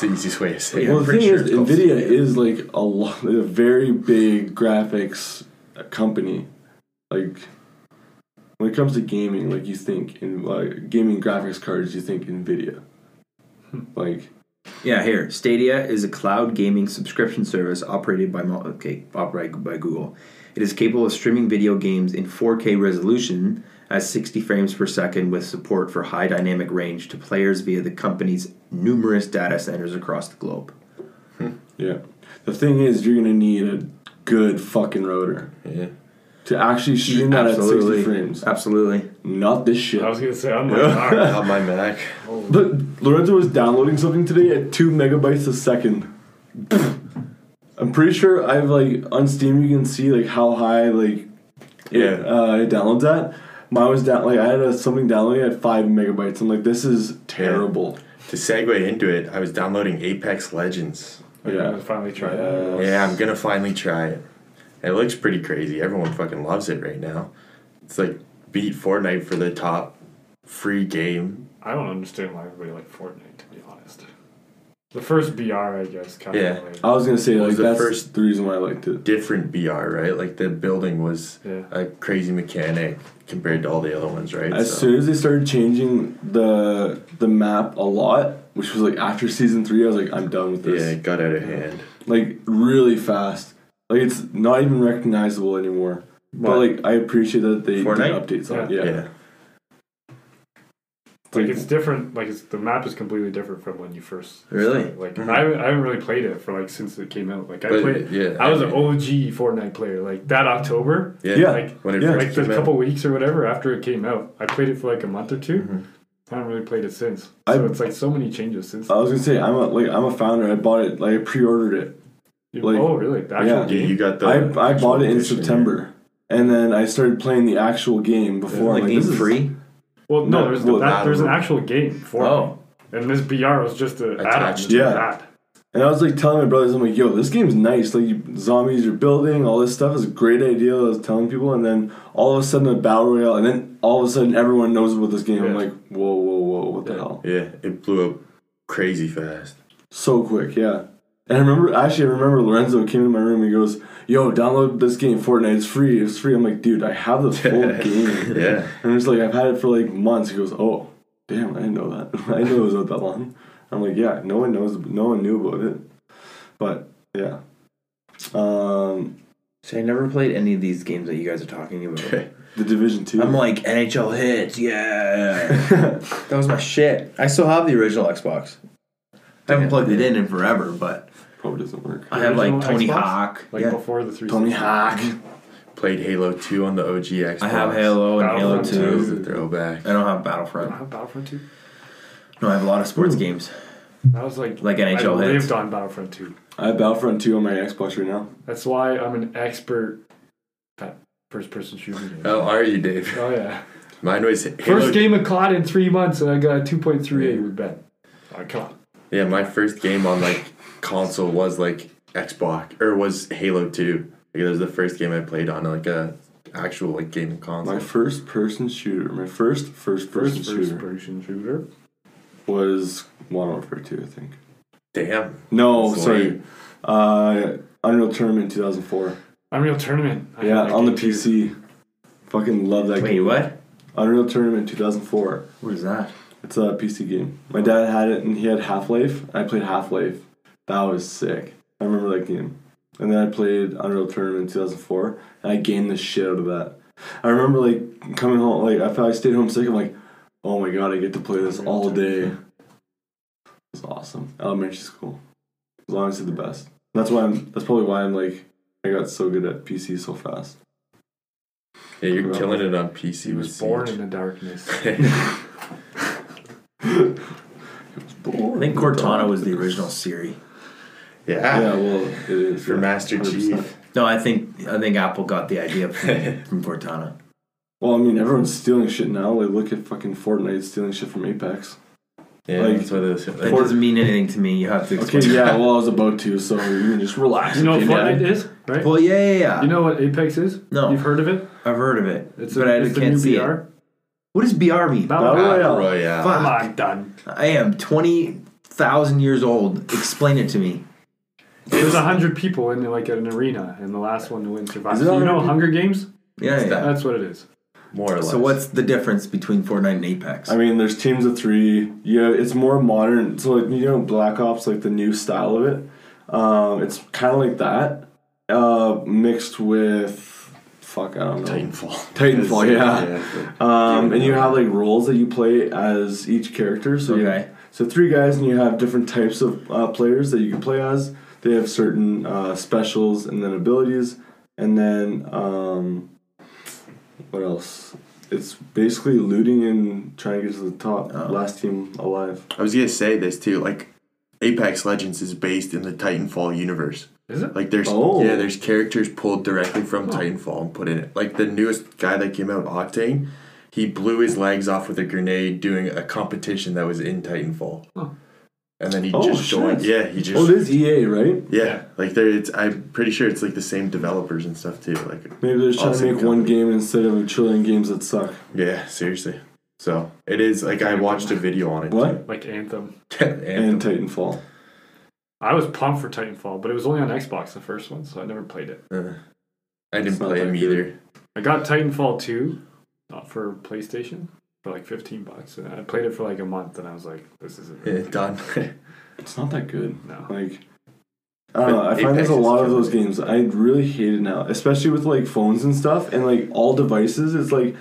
it's the easiest way to say
Yeah,
well,
it.
I'm
the
pretty
thing
sure
is,
it's called
Nvidia is like a lot, a very big graphics company. Like when it comes to gaming, like you think in like gaming graphics cards, you think Nvidia.
Hmm.
Like
Yeah, here Stadia is a cloud gaming subscription service operated by Mo- okay, operated by Google. It is capable of streaming video games in 4K resolution at 60 frames per second with support for high dynamic range to players via the company's numerous data centers across the globe.
Yeah. The thing is, you're gonna need a good fucking router
Yeah.
to actually stream that at 60 frames.
Absolutely.
Not this shit.
I was gonna say I'm like, all right.
On my Mac.
But Lorenzo was downloading something today at two megabytes a second. I'm pretty sure I've like on Steam you can see like how high like it,
Yeah.
uh, it downloads at. Mine was down like I had a, something downloading at five megabytes. I'm like, this is terrible.
To segue into it, I was downloading Apex Legends.
Yeah.
I'm gonna finally try that.
Yeah, I'm gonna finally try it. It looks pretty crazy. Everyone fucking loves it right now. It's like beat Fortnite for the top free game.
I don't understand why everybody liked Fortnite. To be honest, the first BR, I guess, kind
Yeah.
of like
I was gonna say
was
like
the
that's
first-
the reason why I liked it.
Different BR, right? Like the building was
Yeah.
a crazy mechanic compared to all the other ones, right?
As soon as they started changing the the map a lot, which was like after season three, I was like, I'm done with
yeah,
this.
it got out of hand.
like really fast. Like it's not even recognizable anymore. But
What?
like I appreciate that they did
Fortnite?
updates on it.
Yeah.
Yeah.
like it's different. Like it's, the map is completely different from when you first.
Really?
started. Like I, haven't- I haven't really played it for like since it came out. Like I
But,
played.
yeah,
I was
I
an
mean-
OG Fortnite player. Like that October.
Yeah.
Yeah.
Like
When it
Yeah.
first
like the
came out.
couple weeks or whatever after it came out. I played it for like a month or 2 I haven't really played it since. So
I- Uh,
it's like so many changes since.
I was gonna say I'm a like I'm a founder. I bought it like I pre-ordered it.
you-
like-
oh really? The actual
Yeah.
You,
game.
you got the.
I I
actual
bought it in
edition, yeah.
September, and then I started playing the actual game before.
Like
I'm
game
this is-
free.
well, no,
no,
there's
well,
that,
that-
there's an actual game for
Oh,
it, and this BR was just a add-on.
Attached.
to
Yeah.
that.
And I was like telling my brothers, I'm like, yo, this game's nice. Like you, zombies, you're building, all this stuff is a great idea. I was telling people, and then all of a sudden a battle royale, and then all of a sudden everyone knows about this game. I'm
Yeah.
like, whoa, whoa, whoa, what the hell?
Yeah, it blew up crazy fast.
So quick, yeah. And I remember actually I remember Lorenzo came into my room, he goes, Yo, download this game, Fortnite, it's free, it's free. I'm like, dude, I have the
[laughs]
full game.
Yeah. [laughs]
And it's like I've had it for like months. He goes, Oh, damn, I didn't know that. [laughs] I didn't know it was out that long. I'm like, yeah, no one knows no one knew about it. But yeah. Um
so I never played any of these games that you guys are talking about.
the division two.
I'm like NHL hits, yeah. that was my shit. I still have the original Xbox. I haven't plugged it in in forever, but
[laughs] probably doesn't work.
I have like
original
Tony
Xbox?
Hawk.
Like
yeah.
before the three.
Tony Hawk.
Played Halo 2 on the OG Xbox.
I have Halo and Halo
Battlefront
That was
2.
the throwback.
I don't have Battlefront.
Battlefront Two.
No, I have a lot of sports games.
That was like
Like NHL
Hmm. I
hits.
lived on Battlefront Two.
I have Battlefront two on my Xbox right now.
That's why I'm an expert at first person shooting. games.
How are you, Dave?
Oh yeah.
[laughs] Mine was
First
Halo.
game I caught in three months, and I got a 2.38 with Ben. I caught.
Yeah, my first game on like console was like Xbox or was Halo 2. Like, that was the first game I played on like a actual like game
My
console.
first person shooter, my first first person
First
shooter
first person shooter.
was Modern Warfare two, I think.
Damn.
No,
That's
sorry. Uh, Unreal Tournament 2004.
Unreal Tournament. I
yeah,
had that
on the
game, too.
PC. Fucking love that
Wait,
game.
what?
Unreal Tournament 2004.
What is that?
It's a PC game. My dad had it and he had Half Life. I played Half Life. That was sick. I remember that game. And then I played Unreal Tournament 2004 and I gained the shit out of that. I remember like coming home, like after I stayed home sick, I'm like, oh my god, I get to play this all day. It's awesome. Elementary school. It was honestly the best. That's why I'm, that's probably why I'm like, I got so good at PC so fast. [laughs]
Yeah, you're
Well,
killing it on PC.
He was born in the darkness.
[laughs]
I think Cortana was the original Siri.
yeah.
Yeah, well, it is.
For
yeah,
Master
100%.
Chief.
No, I think I think Apple got the [laughs]
[laughs]
idea from, from Cortana.
Well, I mean, everyone's stealing shit now. Like, look at fucking Fortnite stealing shit from Apex.
Yeah,
Like-
that's what it was.
That doesn't mean anything to me. You have to
Okay,
explain.
yeah, well, I was about to, so you can
[laughs]
just relax.
you know what
okay,
Fortnite
Dad?
is, right?
Well, yeah, yeah, yeah.
you know what Apex is?
No.
You've heard of it?
I've heard of it,
It's
but
a,
I
it's
just
the
can't
new
see
BR.
it. What is BR mean?
Battle
Battle Royale.
Royale.
Royale.
Fuck.
Come on, done.
I am twenty thousand years old. Explain it to me.
There's a hundred people in like an arena, and the last one to win survives.
Is it
You know
100?
Hunger Games?
Yeah. yeah.
That's what it is.
More or less.
So what's the difference between Fortnite and Apex?
I mean, there's teams of three. Yeah, it's more modern. So, like, you know, Black Ops, like the new style of it. Um, it's kind of like that, uh, mixed with fuck, I don't know. [laughs]
Titanfall?
Titanfall, yeah.
yeah.
Um, and you have like roles that you play as each character. So you-
Okay.
so three guys, and you have different types of uh, players that you can play as. They have certain uh, specials and then abilities, and then um, what else? It's basically looting and trying to get to the top, last team alive.
I was gonna say this too. Like, Apex Legends is based in the Titanfall universe.
Is it?
Like, there's
Oh.
yeah, there's characters pulled directly from Titanfall and put in it. Like the newest guy that came out, Octane, he blew his legs off with a grenade doing a competition that was in Titanfall.
Huh.
And then he
Oh,
just
shit.
joined. Yeah, he
Oh,
just
it is EA, right?
yeah. Like there, it's I'm pretty sure it's like the same developers and stuff too. Like
Maybe they're just trying to
Awesome
make one
company.
game instead of a trillion games that suck.
yeah, seriously. So it is like I watched a video on it. [laughs]
What?
Like Anthem.
Too. Anthem.
And Titanfall.
I was pumped for Titanfall, but it was only on Xbox the first one, so I never played it.
Uh, I didn't
It's not
play
that
him
good.
either.
I got Titanfall 2 not for PlayStation for like 15 bucks, and I played it for like a month, and I was like, this isn't
Yeah,
really
[laughs] done.
It's not that good.
no.
Like, I don't know. I find
Apex
there's a
is
lot of
killing
those games. I really hate it now, especially with like phones and stuff, and like all devices. It's like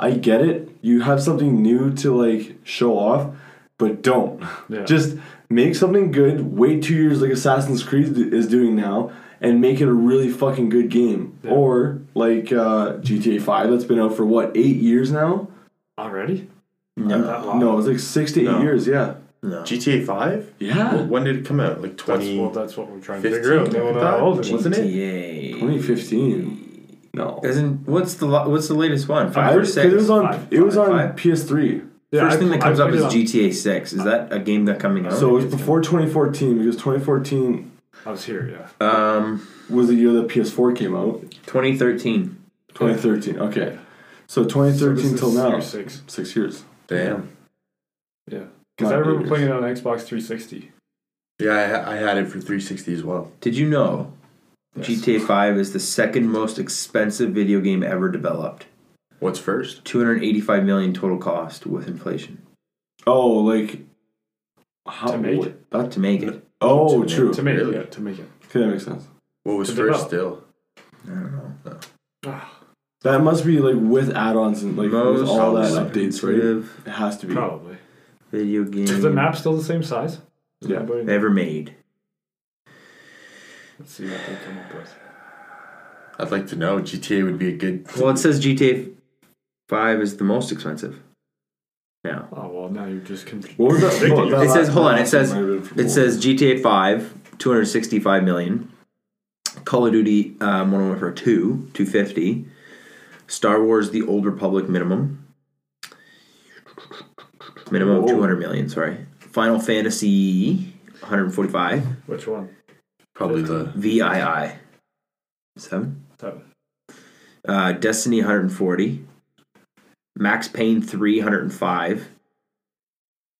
I get it. You have something new to like show off, but don't.
Yeah.
Just make something good. Wait two years like Assassin's Creed is doing now, and make it a really fucking good game.
Yeah.
Or like uh, GTA Five that's been out for what eight years now?
Already?
No.
That long?
No, it's like six to eight
No.
years. Yeah.
No.
GTA 5?
Yeah.
When did it come out? Like
That's,
20.
well, that's what we're trying to figure out. They don't know how old it was.
Wasn't it?
GTA.
2015. No.
Doesn't what's the lo- what's the latest one?
I,
Five or
'cause
six?
it was on
Five,
it was
five,
on
five.
PS3.
Yeah,
First
I-
thing that
I
comes up
played
is
it on-
GTA Six. Is that a game that coming out?
So it was before 2014 because 2014
I was here, yeah.
um
was the year that PS4 came out.
2013.
2013. Okay. So 2013 till
So this is
now.
year six.
Six years.
Damn.
Yeah. Because
Not
I remember
years.
playing it on Xbox 360.
Yeah, I, ha- I had it for 360 as well.
Did you know
Yes.
GTA Five is the second most expensive video game ever developed?
What's first?
285 million total cost with inflation
Oh, like how
To make
what-
it.
That,
to make it.
oh,
To
true.
To make it,
Really?
yeah, to make it.
Okay, that makes sense.
What was
To
first
develop.
still?
I don't know.
Ah,
That must be like with add-ons and like with
Most
all that
probably.
updates, right?
Creative
It has to be.
probably.
video game
Is the map still the same size? Is
Yeah.
anybody-
ever made.
Let's see what they come up with.
I'd like to know. GTA would be a good.
Well, it says GTA Five is the most expensive. Now
Oh, well, now you're just. Con-
What was that? what, that
It says-
last-
hold on,
that
it
last
says-
one might have been from
it says GTA Five, 265 million. Call of Duty um, Modern Warfare Two, 250. Star Wars: The Old Republic minimum. Minimum
Whoa.
200 million. Sorry. Final Fantasy 145.
Which one?
Probably the.
VII. Seven.
Seven.
Uh, Destiny 140. Max Payne 305.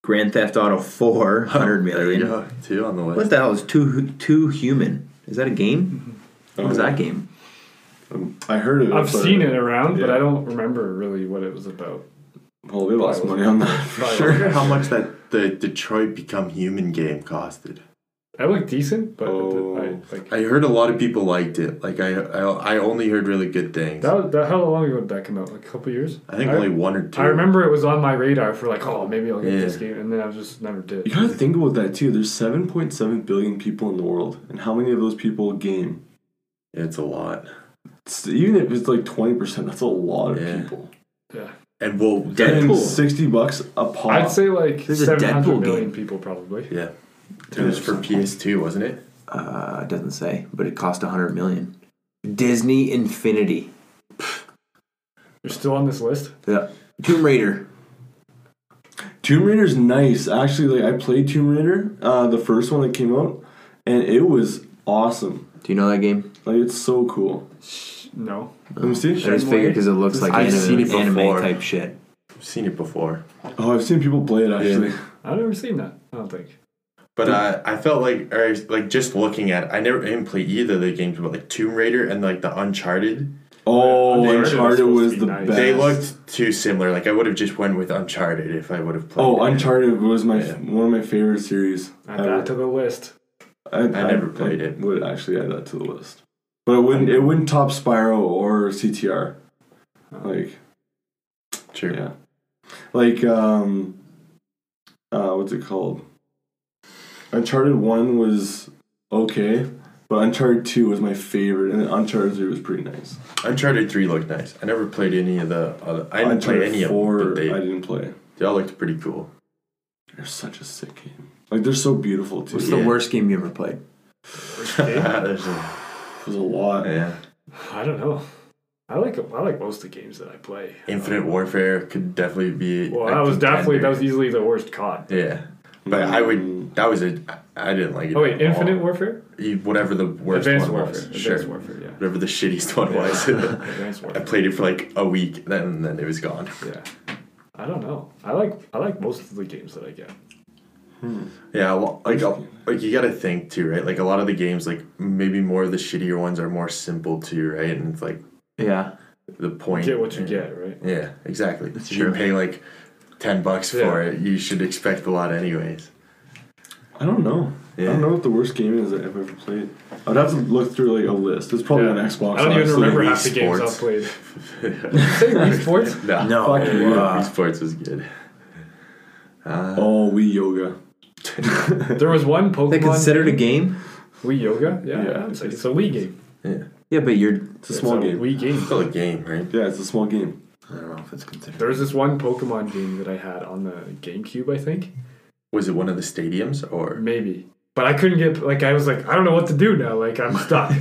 Grand Theft Auto 4, 100
There we
million.
go. Two on the list.
What the hell is Too Too Human? Is that a game? What was that game?
Um, I heard of it.
I've
but-
seen it around, but
Yeah.
I don't remember really what it was about.
Well, we lost money on that for
Probably. [laughs]
sure.
I wonder how much that the Detroit Become Human game costed.
It looked decent, but
Oh.
it, I, like,
I heard a lot of people liked it. Like I, I, I only heard really good things.
that, was- that, how long ago did that come out? Like a couple years?
I think only one or two.
I remember it was on my radar for like, oh, maybe I'll get
Yeah.
this game, and then I just never did.
You gotta think about that too. There's 7.7 billion people in the world, and how many of those people game?
It's a lot.
It's, even if it's like 20%, that's a lot of
Yeah.
people.
Yeah.
And well,
And
Deadpool.
60 bucks a pop.
I'd say like
There's a
seven hundred
Deadpool
million
game.
people probably.
yeah, it was for PS2, wasn't it?
Uh, it doesn't say, but it cost 100 million. Disney Infinity.
You're still on this list.
Yeah. Tomb Raider.
Tomb Raider's nice. Actually, like I played Tomb Raider, uh, the first one that came out, and it was awesome.
Do you know that game?
Like it's so cool.
No.
Let me
I
see.
just figured because it looks like
I've seen
anime,
it
anime
before.
type shit.
I've seen it before,
Oh, I've seen people play it actually.
I've never seen that. I don't think.
but uh, I felt like, or like just looking at, it, I never I didn't play either of the games, but like Tomb Raider and like the Uncharted,
Oh,
Uncharted was
Uncharted
supposed
was
to
the
be nice.
best.
they looked too similar. Like I would have just went with Uncharted if I would have played.
Oh,
it.
Uncharted was my
Yeah.
one of my favorite series.
Add
ever.
that to the list.
I,
never played it.
Would actually add that to the list, but it wouldn't. It wouldn't top Spyro or CTR.
[laughs]
Like
True.
yeah, like um, uh, what's it called? Uncharted One was okay, but Uncharted Two was my favorite, and Uncharted Three was pretty nice.
Uncharted Three looked nice. I never played any of the other. I didn't
Uncharted
play any of
Four,
them, but
I
they,
didn't play.
they all looked pretty cool.
They're such a sick game. Like they're so beautiful too.
What's
It
the
Yeah.
worst game you ever played?
First
[laughs]
game?
There's a-
was a lot.
yeah,
I don't know. I like I like most of the games that I play.
Infinite Warfare could definitely be.
Well,
a
that was definitely that was
contender.
easily the worst COD.
Yeah, but I
Hmm.
would. That was a. I didn't like it.
Oh wait,
at all.
Infinite Warfare,
You- Whatever the worst
Advanced
one
Warfare,
was. Sure.
Advanced Warfare, yeah,
Whatever the shittiest [laughs] one
[laughs]
was.
Advanced
I
Warfare,
played it for like a week, then then it was gone.
yeah. I don't know. I like I like most of the games that I get.
Yeah, well, like uh, like you got to think too, right? Like a lot of the games, like maybe more of the shittier ones are more simple too, right? And it's like
Yeah.
the point.
Get what you
yeah.
get, right?
Yeah, exactly. If you
true.
pay like ten bucks
Yeah.
for it, you should expect a lot anyways.
I don't know. I
Yeah. [laughs]
don't know what the worst game is that I've ever played. I'd have to look through like a list. It's probably
Yeah.
on Xbox.
I don't even
honestly.
remember
Wii
half the games I've
Sports.
played. Say Wii Sports?
No.
No. Fuck you.
Wii Sports was good. Uh,
Oh, we [laughs] yoga.
There was one Pokemon.
They considered a
game.
game.
Wii Yoga? Yeah,
Yeah.
yeah it's, like, it's a Wii game.
Yeah.
Yeah, but you're
It's a small
it's a
game.
Wii game.
[laughs] Still a game, right?
yeah, it's a small game.
I don't know if it's considered.
There was this one Pokemon game that I had on the GameCube, I think.
Was it one of the stadiums or?
Maybe. But I couldn't get, like, I was like, I don't know what to do now. Like, I'm stuck.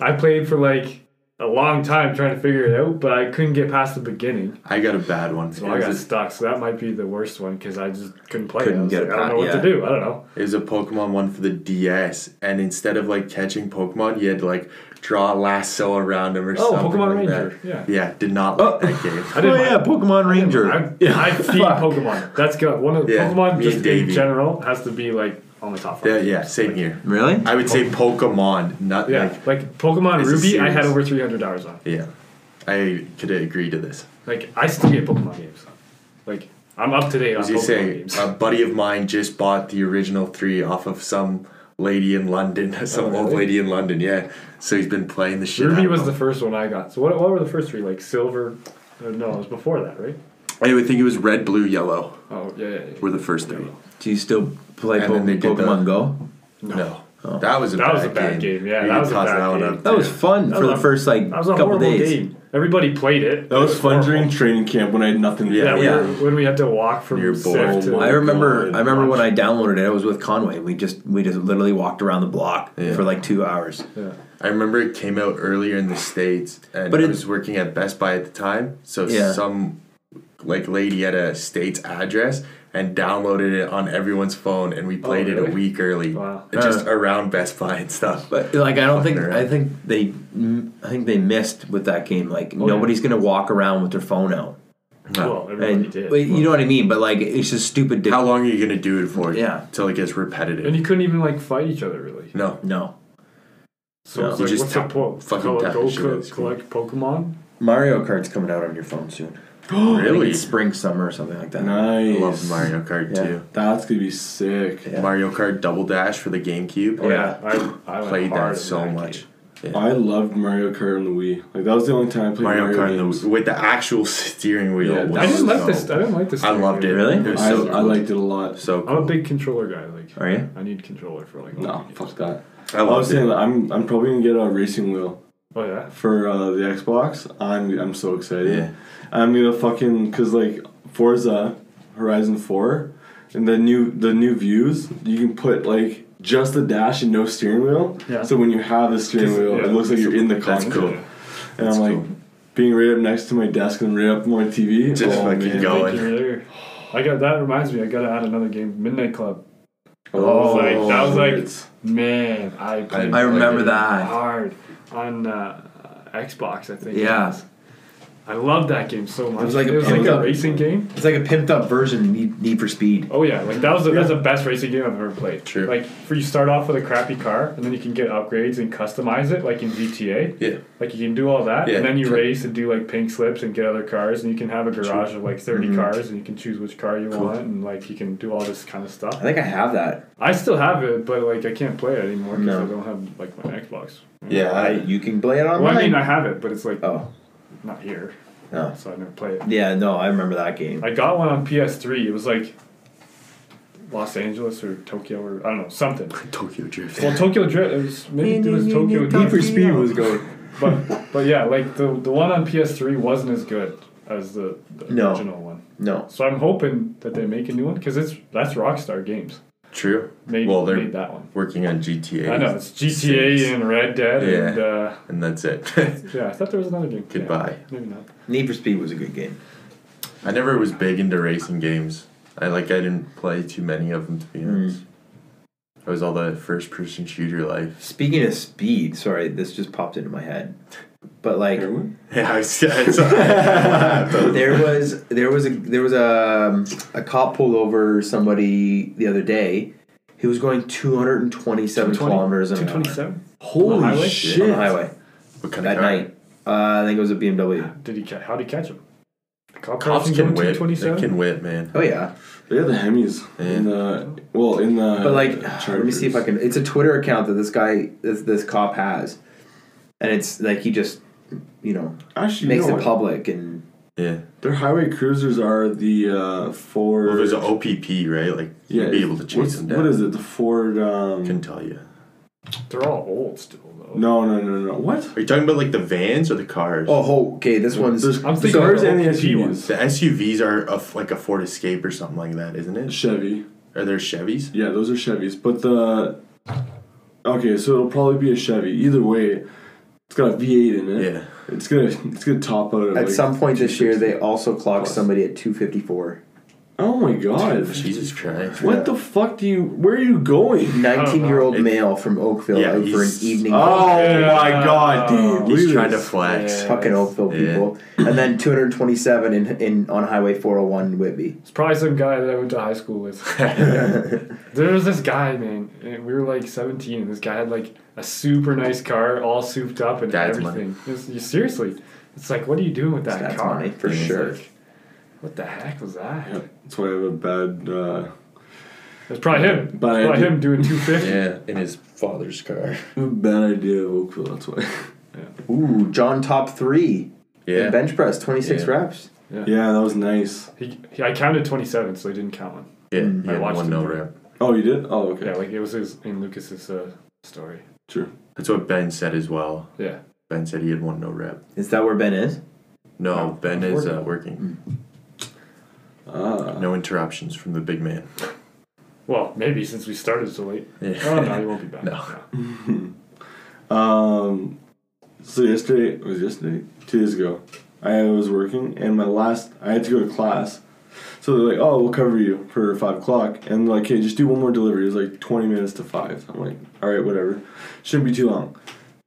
I played for, like, a long time trying to figure it out, but I couldn't get past the beginning.
Oh, I got a bad one.
So
it,
I
was
got
a,
stuck. So that might be the worst one because I just couldn't play it.
Couldn't
I, was
get
like,
it
I don't know what
back,
to do. I don't know.
it was a Pokemon one for the DS, and instead of like catching Pokemon, you had to like draw a lasso around them or
Oh,
something.
Pokemon
like
Ranger.
That.
Yeah.
Yeah, did not like that game.
I didn't
oh
like-
yeah, Pokemon Ranger.
I,
[laughs]
I feed Pokemon. That's good. One of the
Yeah,
Pokemon
me
just
and
in
Davey.
general has to be like on the top. Five.
yeah, yeah, same here.
really?
I would say Pokemon, not
Yeah,
like.
like, Pokemon
It's a
Ruby, I had
series.
over 300 hours on.
Yeah, I could agree to this.
Like, I still get Pokemon games. Like, I'm up to date on
As you
Pokemon
say,
games.
a buddy of mine just bought the original three off of some lady in London, [laughs] some old
Oh, really?
lady in London. Yeah, so he's been playing the shit.
Ruby
out
was
of
the
them.
first one I got. So what, what were the first three? Like silver? uh, No, it was before that, right?
I would think it was red, blue, yellow
Oh yeah, yeah. yeah.
were the first three.
Do you still play
And then they
Pokemon,
did the-
Pokemon Go?
No,
Oh.
that was a
That
bad
was a bad game, yeah,
You
that
could
was a
toss
bad
one
game.
up,
That
too.
was fun
That
for
was
the
a-
first like
That was a
couple
horrible
days.
game. Everybody played it.
That
It
was fun
horrible.
during training camp when I had nothing to
Yeah.
Yeah,
do.
we
Yeah.
were- when we had to walk from
You're
Sif
bored.
to
I remember.
God.
I remember when I downloaded it. I was with Conway. We just we just literally walked around the block
Yeah.
for like two hours.
Yeah.
I remember it came out earlier in the states, and
But
I
it-
was working at Best Buy at the time. So
Yeah.
some like lady at a state's address and downloaded it on everyone's phone, and we played it
Oh, really?
a week early,
Wow.
Uh.
just around Best Buy and stuff.
But like I don't think
around.
I think they mm, I think they missed with that game. Like nobody's gonna walk around with their phone out.
Well, everybody
And
did.
but you know what I mean. But like it's just stupid.
How long are you gonna do it for?
Yeah.
till it gets repetitive.
and you couldn't even like fight each other really.
no,
No,
So
No.
it's
You
like,
just
what's the
tap-
point?
fucking
Go,
tap
go
the shit out
co-
of the screen.
collect Pokemon.
Mario Kart's coming out on your phone soon. I think
really.
it's spring, summer, or something like
[gasps]
that.
Nice.
I love Mario Kart
Yeah.
too.
That's gonna be sick.
Yeah.
Mario Kart Double Dash for the GameCube.
Yeah.
I, I Oh, went
played
hard in
that so
game.
much.
I loved Mario Kart on the Wii. Like that was the only time I played Mario,
Mario Kart
games.
the, with the actual [laughs] steering wheel.
Yeah,
was
I didn't like
so-
this. I didn't like this.
I loved it.
Really?
It was
I,
so
I
cool.
liked it a lot.
so
I'm a
cool.
big controller guy. Like,
Are you?
I need controller for like. all
no,
games.
fuck that.
I
I was
loved it.
saying that I'm I'm probably gonna get a racing wheel
Oh yeah.
for uh, the Xbox. I'm I'm so excited.
Yeah.
I'm gonna fucking cause like Forza Horizon Four and the new the new views you can put like just the dash and no steering wheel.
Yeah.
So when you have the steering
Just-
wheel,
yeah.
it looks like you're in the car.
That's cool.
And
That's
I'm like
cool.
being right up next to my desk and right up to my Oh, TV.
Just fucking go.
Thank
Going.
you, there. I got that reminds me. I gotta add another game, Midnight Club.
Oh,
Like, that was like-
it's-
Man, I played
I remember that.
hard on uh, Xbox. I think.
Yeah,
I loved that game so much. It
was
was
like
like
a-
a,
it was like a-
racing game.
it's like a pimped up version of Need, Need for Speed.
Oh yeah, like that was the, that's the best racing game I've ever played.
True.
Like for you start off with a crappy car, and then you can get upgrades and customize it, like in GTA.
Yeah.
Like you can do all that,
Yeah,
and then you
true.
race and do like pink slips and get other cars, and you can have a garage of like 30 cars, and you can choose which car you want, and like you can do all this kind of
I
stuff.
think I have that.
I still have it, but like I can't play it anymore because
No.
I don't have like my Xbox.
Yeah,
I,
I,
you can play it
Well,
online.
I mean I have it, but it's like
oh
not here,
no.
so I never play it.
Yeah, no, I remember that game.
I got one on PS3. It was like Los Angeles or Tokyo or I don't know
[laughs]
something.
Tokyo Drift.
Well, Tokyo Drift. It was maybe it was Tokyo
Need for
Drift,
Speed was going.
but but yeah, like the the one on PS3 wasn't as good as the, the
No.
original one.
No,
So I'm hoping that they make a new one because it's that's Rockstar Games
True.
made
well, they're
made that one.
working on GTA.
I know it's GTA
six.
and Red Dead
Yeah.
and uh,
and that's it. [laughs]
yeah. I thought there was another game. Yeah,
Goodbye.
maybe not.
Need for Speed was a good game.
I never was big into racing games. I like I didn't play too many of them to be
Mm.
honest. I was all the first person shooter life. [laughs]
Speaking of speed, sorry, this just popped into my head. But like
Yeah, I was, I [laughs]
[laughs]
saw-
there was there was a there was a um, a cop pulled over somebody the other day. He was going 227 kilometers an hour
227.
holy
highway?
shit.
on the highway
what kind
that
of car?
night. Uh, I think it was a BMW.
Did he? Ca- how did he catch him? The cop
Cops
person
can
going
whip. They
227?
can whip, man.
Oh yeah,
They had the Hemis in the well in Uh, the.
But like, let me
Chargers.
see if I can. It's a Twitter account that this guy, this this cop has, and it's like he just, you know,
actually
makes
you know
it
what?
public and
Yeah.
Their highway cruisers are the uh, Ford.
Well, there's an OPP, right? Like,
yeah,
you'd be able to
what's-
chase them down.
What is it? The Ford. Um,
Couldn't tell you.
They're all old still though.
no, no, no, no. What?
Are you talking about, like, the vans or the cars?
oh, okay, this one's
There's
I'm
the
thinking
cars
of
and the
OPP
SUVs.
ones.
The SUVs are a f like a Ford Escape or something like that, isn't it?
Chevy.
Are there Chevys?
Yeah, those are Chevys. But the okay, so it'll probably be a Chevy. Either way, it's got a V8 in it.
Yeah.
It's gonna it's gonna top out at,
at
like,
some point this year they also clocked
Plus.
somebody at two fifty four.
Oh my god!
Jesus Christ.
What the fuck do you? Where are you going?
Nineteen year old
It-
male from Oakville
Yeah,
out for an
he's-
evening.
Oh my
Yeah.
god, dude!
He's
look at
trying to
this.
flex.
Fucking Oakville
Yeah.
people, and then 227 in, in on Highway 401 in Whitby.
It's probably some guy that I went to high school with. there was this guy, man. And we were like 17, and this guy had like a super nice car, all souped up and
Dad's
everything. It was- you- seriously, it's like, what are you doing with that
That's
car?
money for
It's
sure.
like, what the heck was that?
Yeah, That's why I have a bad. Uh,
It's probably him.
But I
it's probably
did-
him doing 250.
Yeah, in his father's car.
Bad idea of Oakville, that's why.
Ooh, John top three in
Yeah.
bench press, 26
Yeah.
reps.
[laughs] Yeah, that was nice.
He, he, I counted 27, so he didn't count one.
Yeah. You
I
had
watched
one
him.
no rep.
Oh, you did? Oh, okay.
Yeah, like it was his, in Lucas's uh, story.
True.
That's what Ben said as well.
Yeah.
Ben said he had one no rep.
Is that where Ben is?
No,
No,
Ben
he's
is uh,
Mm.
working.
Ah.
No interruptions from the big man.
Well, maybe since we started so [laughs] late.
Yeah.
Oh, no, he won't be back.
No.
[laughs] Um, so yesterday it was yesterday, two days ago. I was working, and my last I had to go to class. So they're like, "Oh, we'll cover you for five o'clock," and they're like, "Hey, just do one more delivery." It was like twenty minutes to five. I'm like, "All right, whatever. Shouldn't be too long."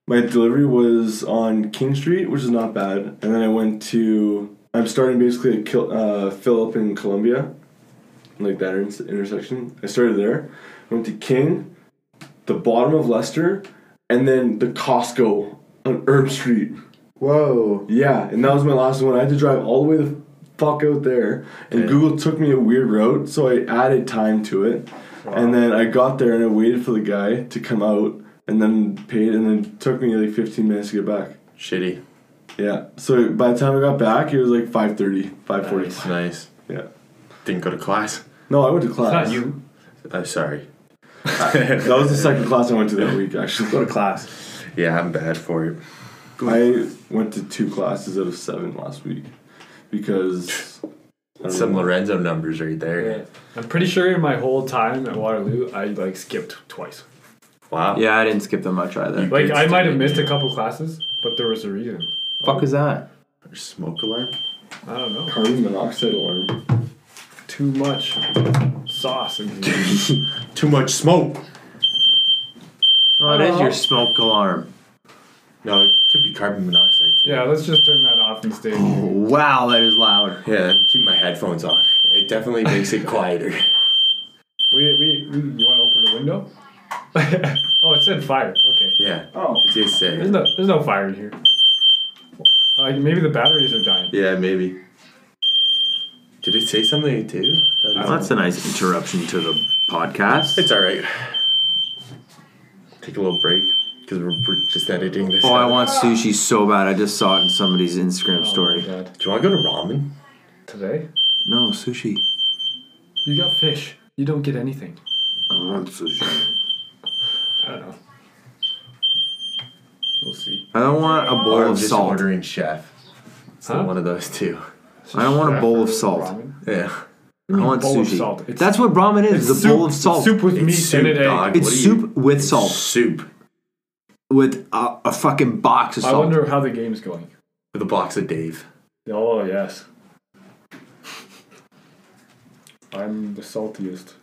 My delivery was on King Street, which is not bad, and then I went to. I'm starting basically at Kil- uh, Phillip in Columbia, like that inter- intersection. I started there, went to King, the bottom of Leicester, and then the Costco on Herb Street.
Whoa.
Yeah, and that was my last one. I had to drive all the way the fuck out there, and
Yeah.
Google took me a weird route, so I added time to it. And then I got there and I waited for the guy to come out, and then paid, and then it took me like 15 minutes to get back.
[laughs] Shitty.
Yeah, so by the time I got back, it was like 5.30, 5.40.
It's nice.
Yeah.
Didn't go to class.
No, I went to
It's
class.
not you.
Uh, sorry.
[laughs] That was the second class I went to that week,
Go
actually.
to class.
Yeah, I'm bad for it.
I went to two classes out of seven last week because. I don't
Some
know.
Lorenzo numbers right there.
I'm pretty sure in my whole time at Waterloo, I like skipped twice.
Wow.
Yeah, I didn't skip them much either.
Like
Good
I might have
study.
missed a couple classes, but there was a reason.
fuck is that?
Smoke alarm? [laughs]
I don't know.
carbon monoxide alarm.
Too much sauce in here.
Too much smoke.
Oh, it is your smoke alarm.
No, it could be carbon monoxide too.
yeah, let's just turn that off instead. [laughs]
Wow, that is loud.
Yeah, keep my headphones on. It definitely makes it quieter. [laughs]
We, we, we, you want to open a window? [laughs] oh, it said fire. Okay.
Yeah.
Oh.
It did say.
There's no, there's no fire in here. Uh, maybe the batteries are dying.
Yeah, maybe. Did it say something too? I thought it
That's a nice interruption to the podcast.
It's all right. Take a little break because we're, we're just editing this.
oh,
out.
I want sushi so bad. I just saw it in somebody's Instagram
Oh my
story.
God.
Do you want to go to ramen?
Today?
No, sushi.
You got fish. You don't get anything.
I want sushi.
I don't know. We'll see.
I don't want a bowl
I'm
of
just
salt.
ordering chef. It's
Huh?
one of those two. [laughs]
I don't want a bowl of salt.
Yeah.
I want
bowl of
sushi.
salt? It's-
That's what ramen is. It's a bowl of salt.
Soup with meat
soup,
in it. eh?
dog.
It's
What do you-
soup with salt.
Soup
with a, a fucking box of
I
salt.
wonder how the game's going.
with a box of Dave.
Oh yes. I'm the saltiest.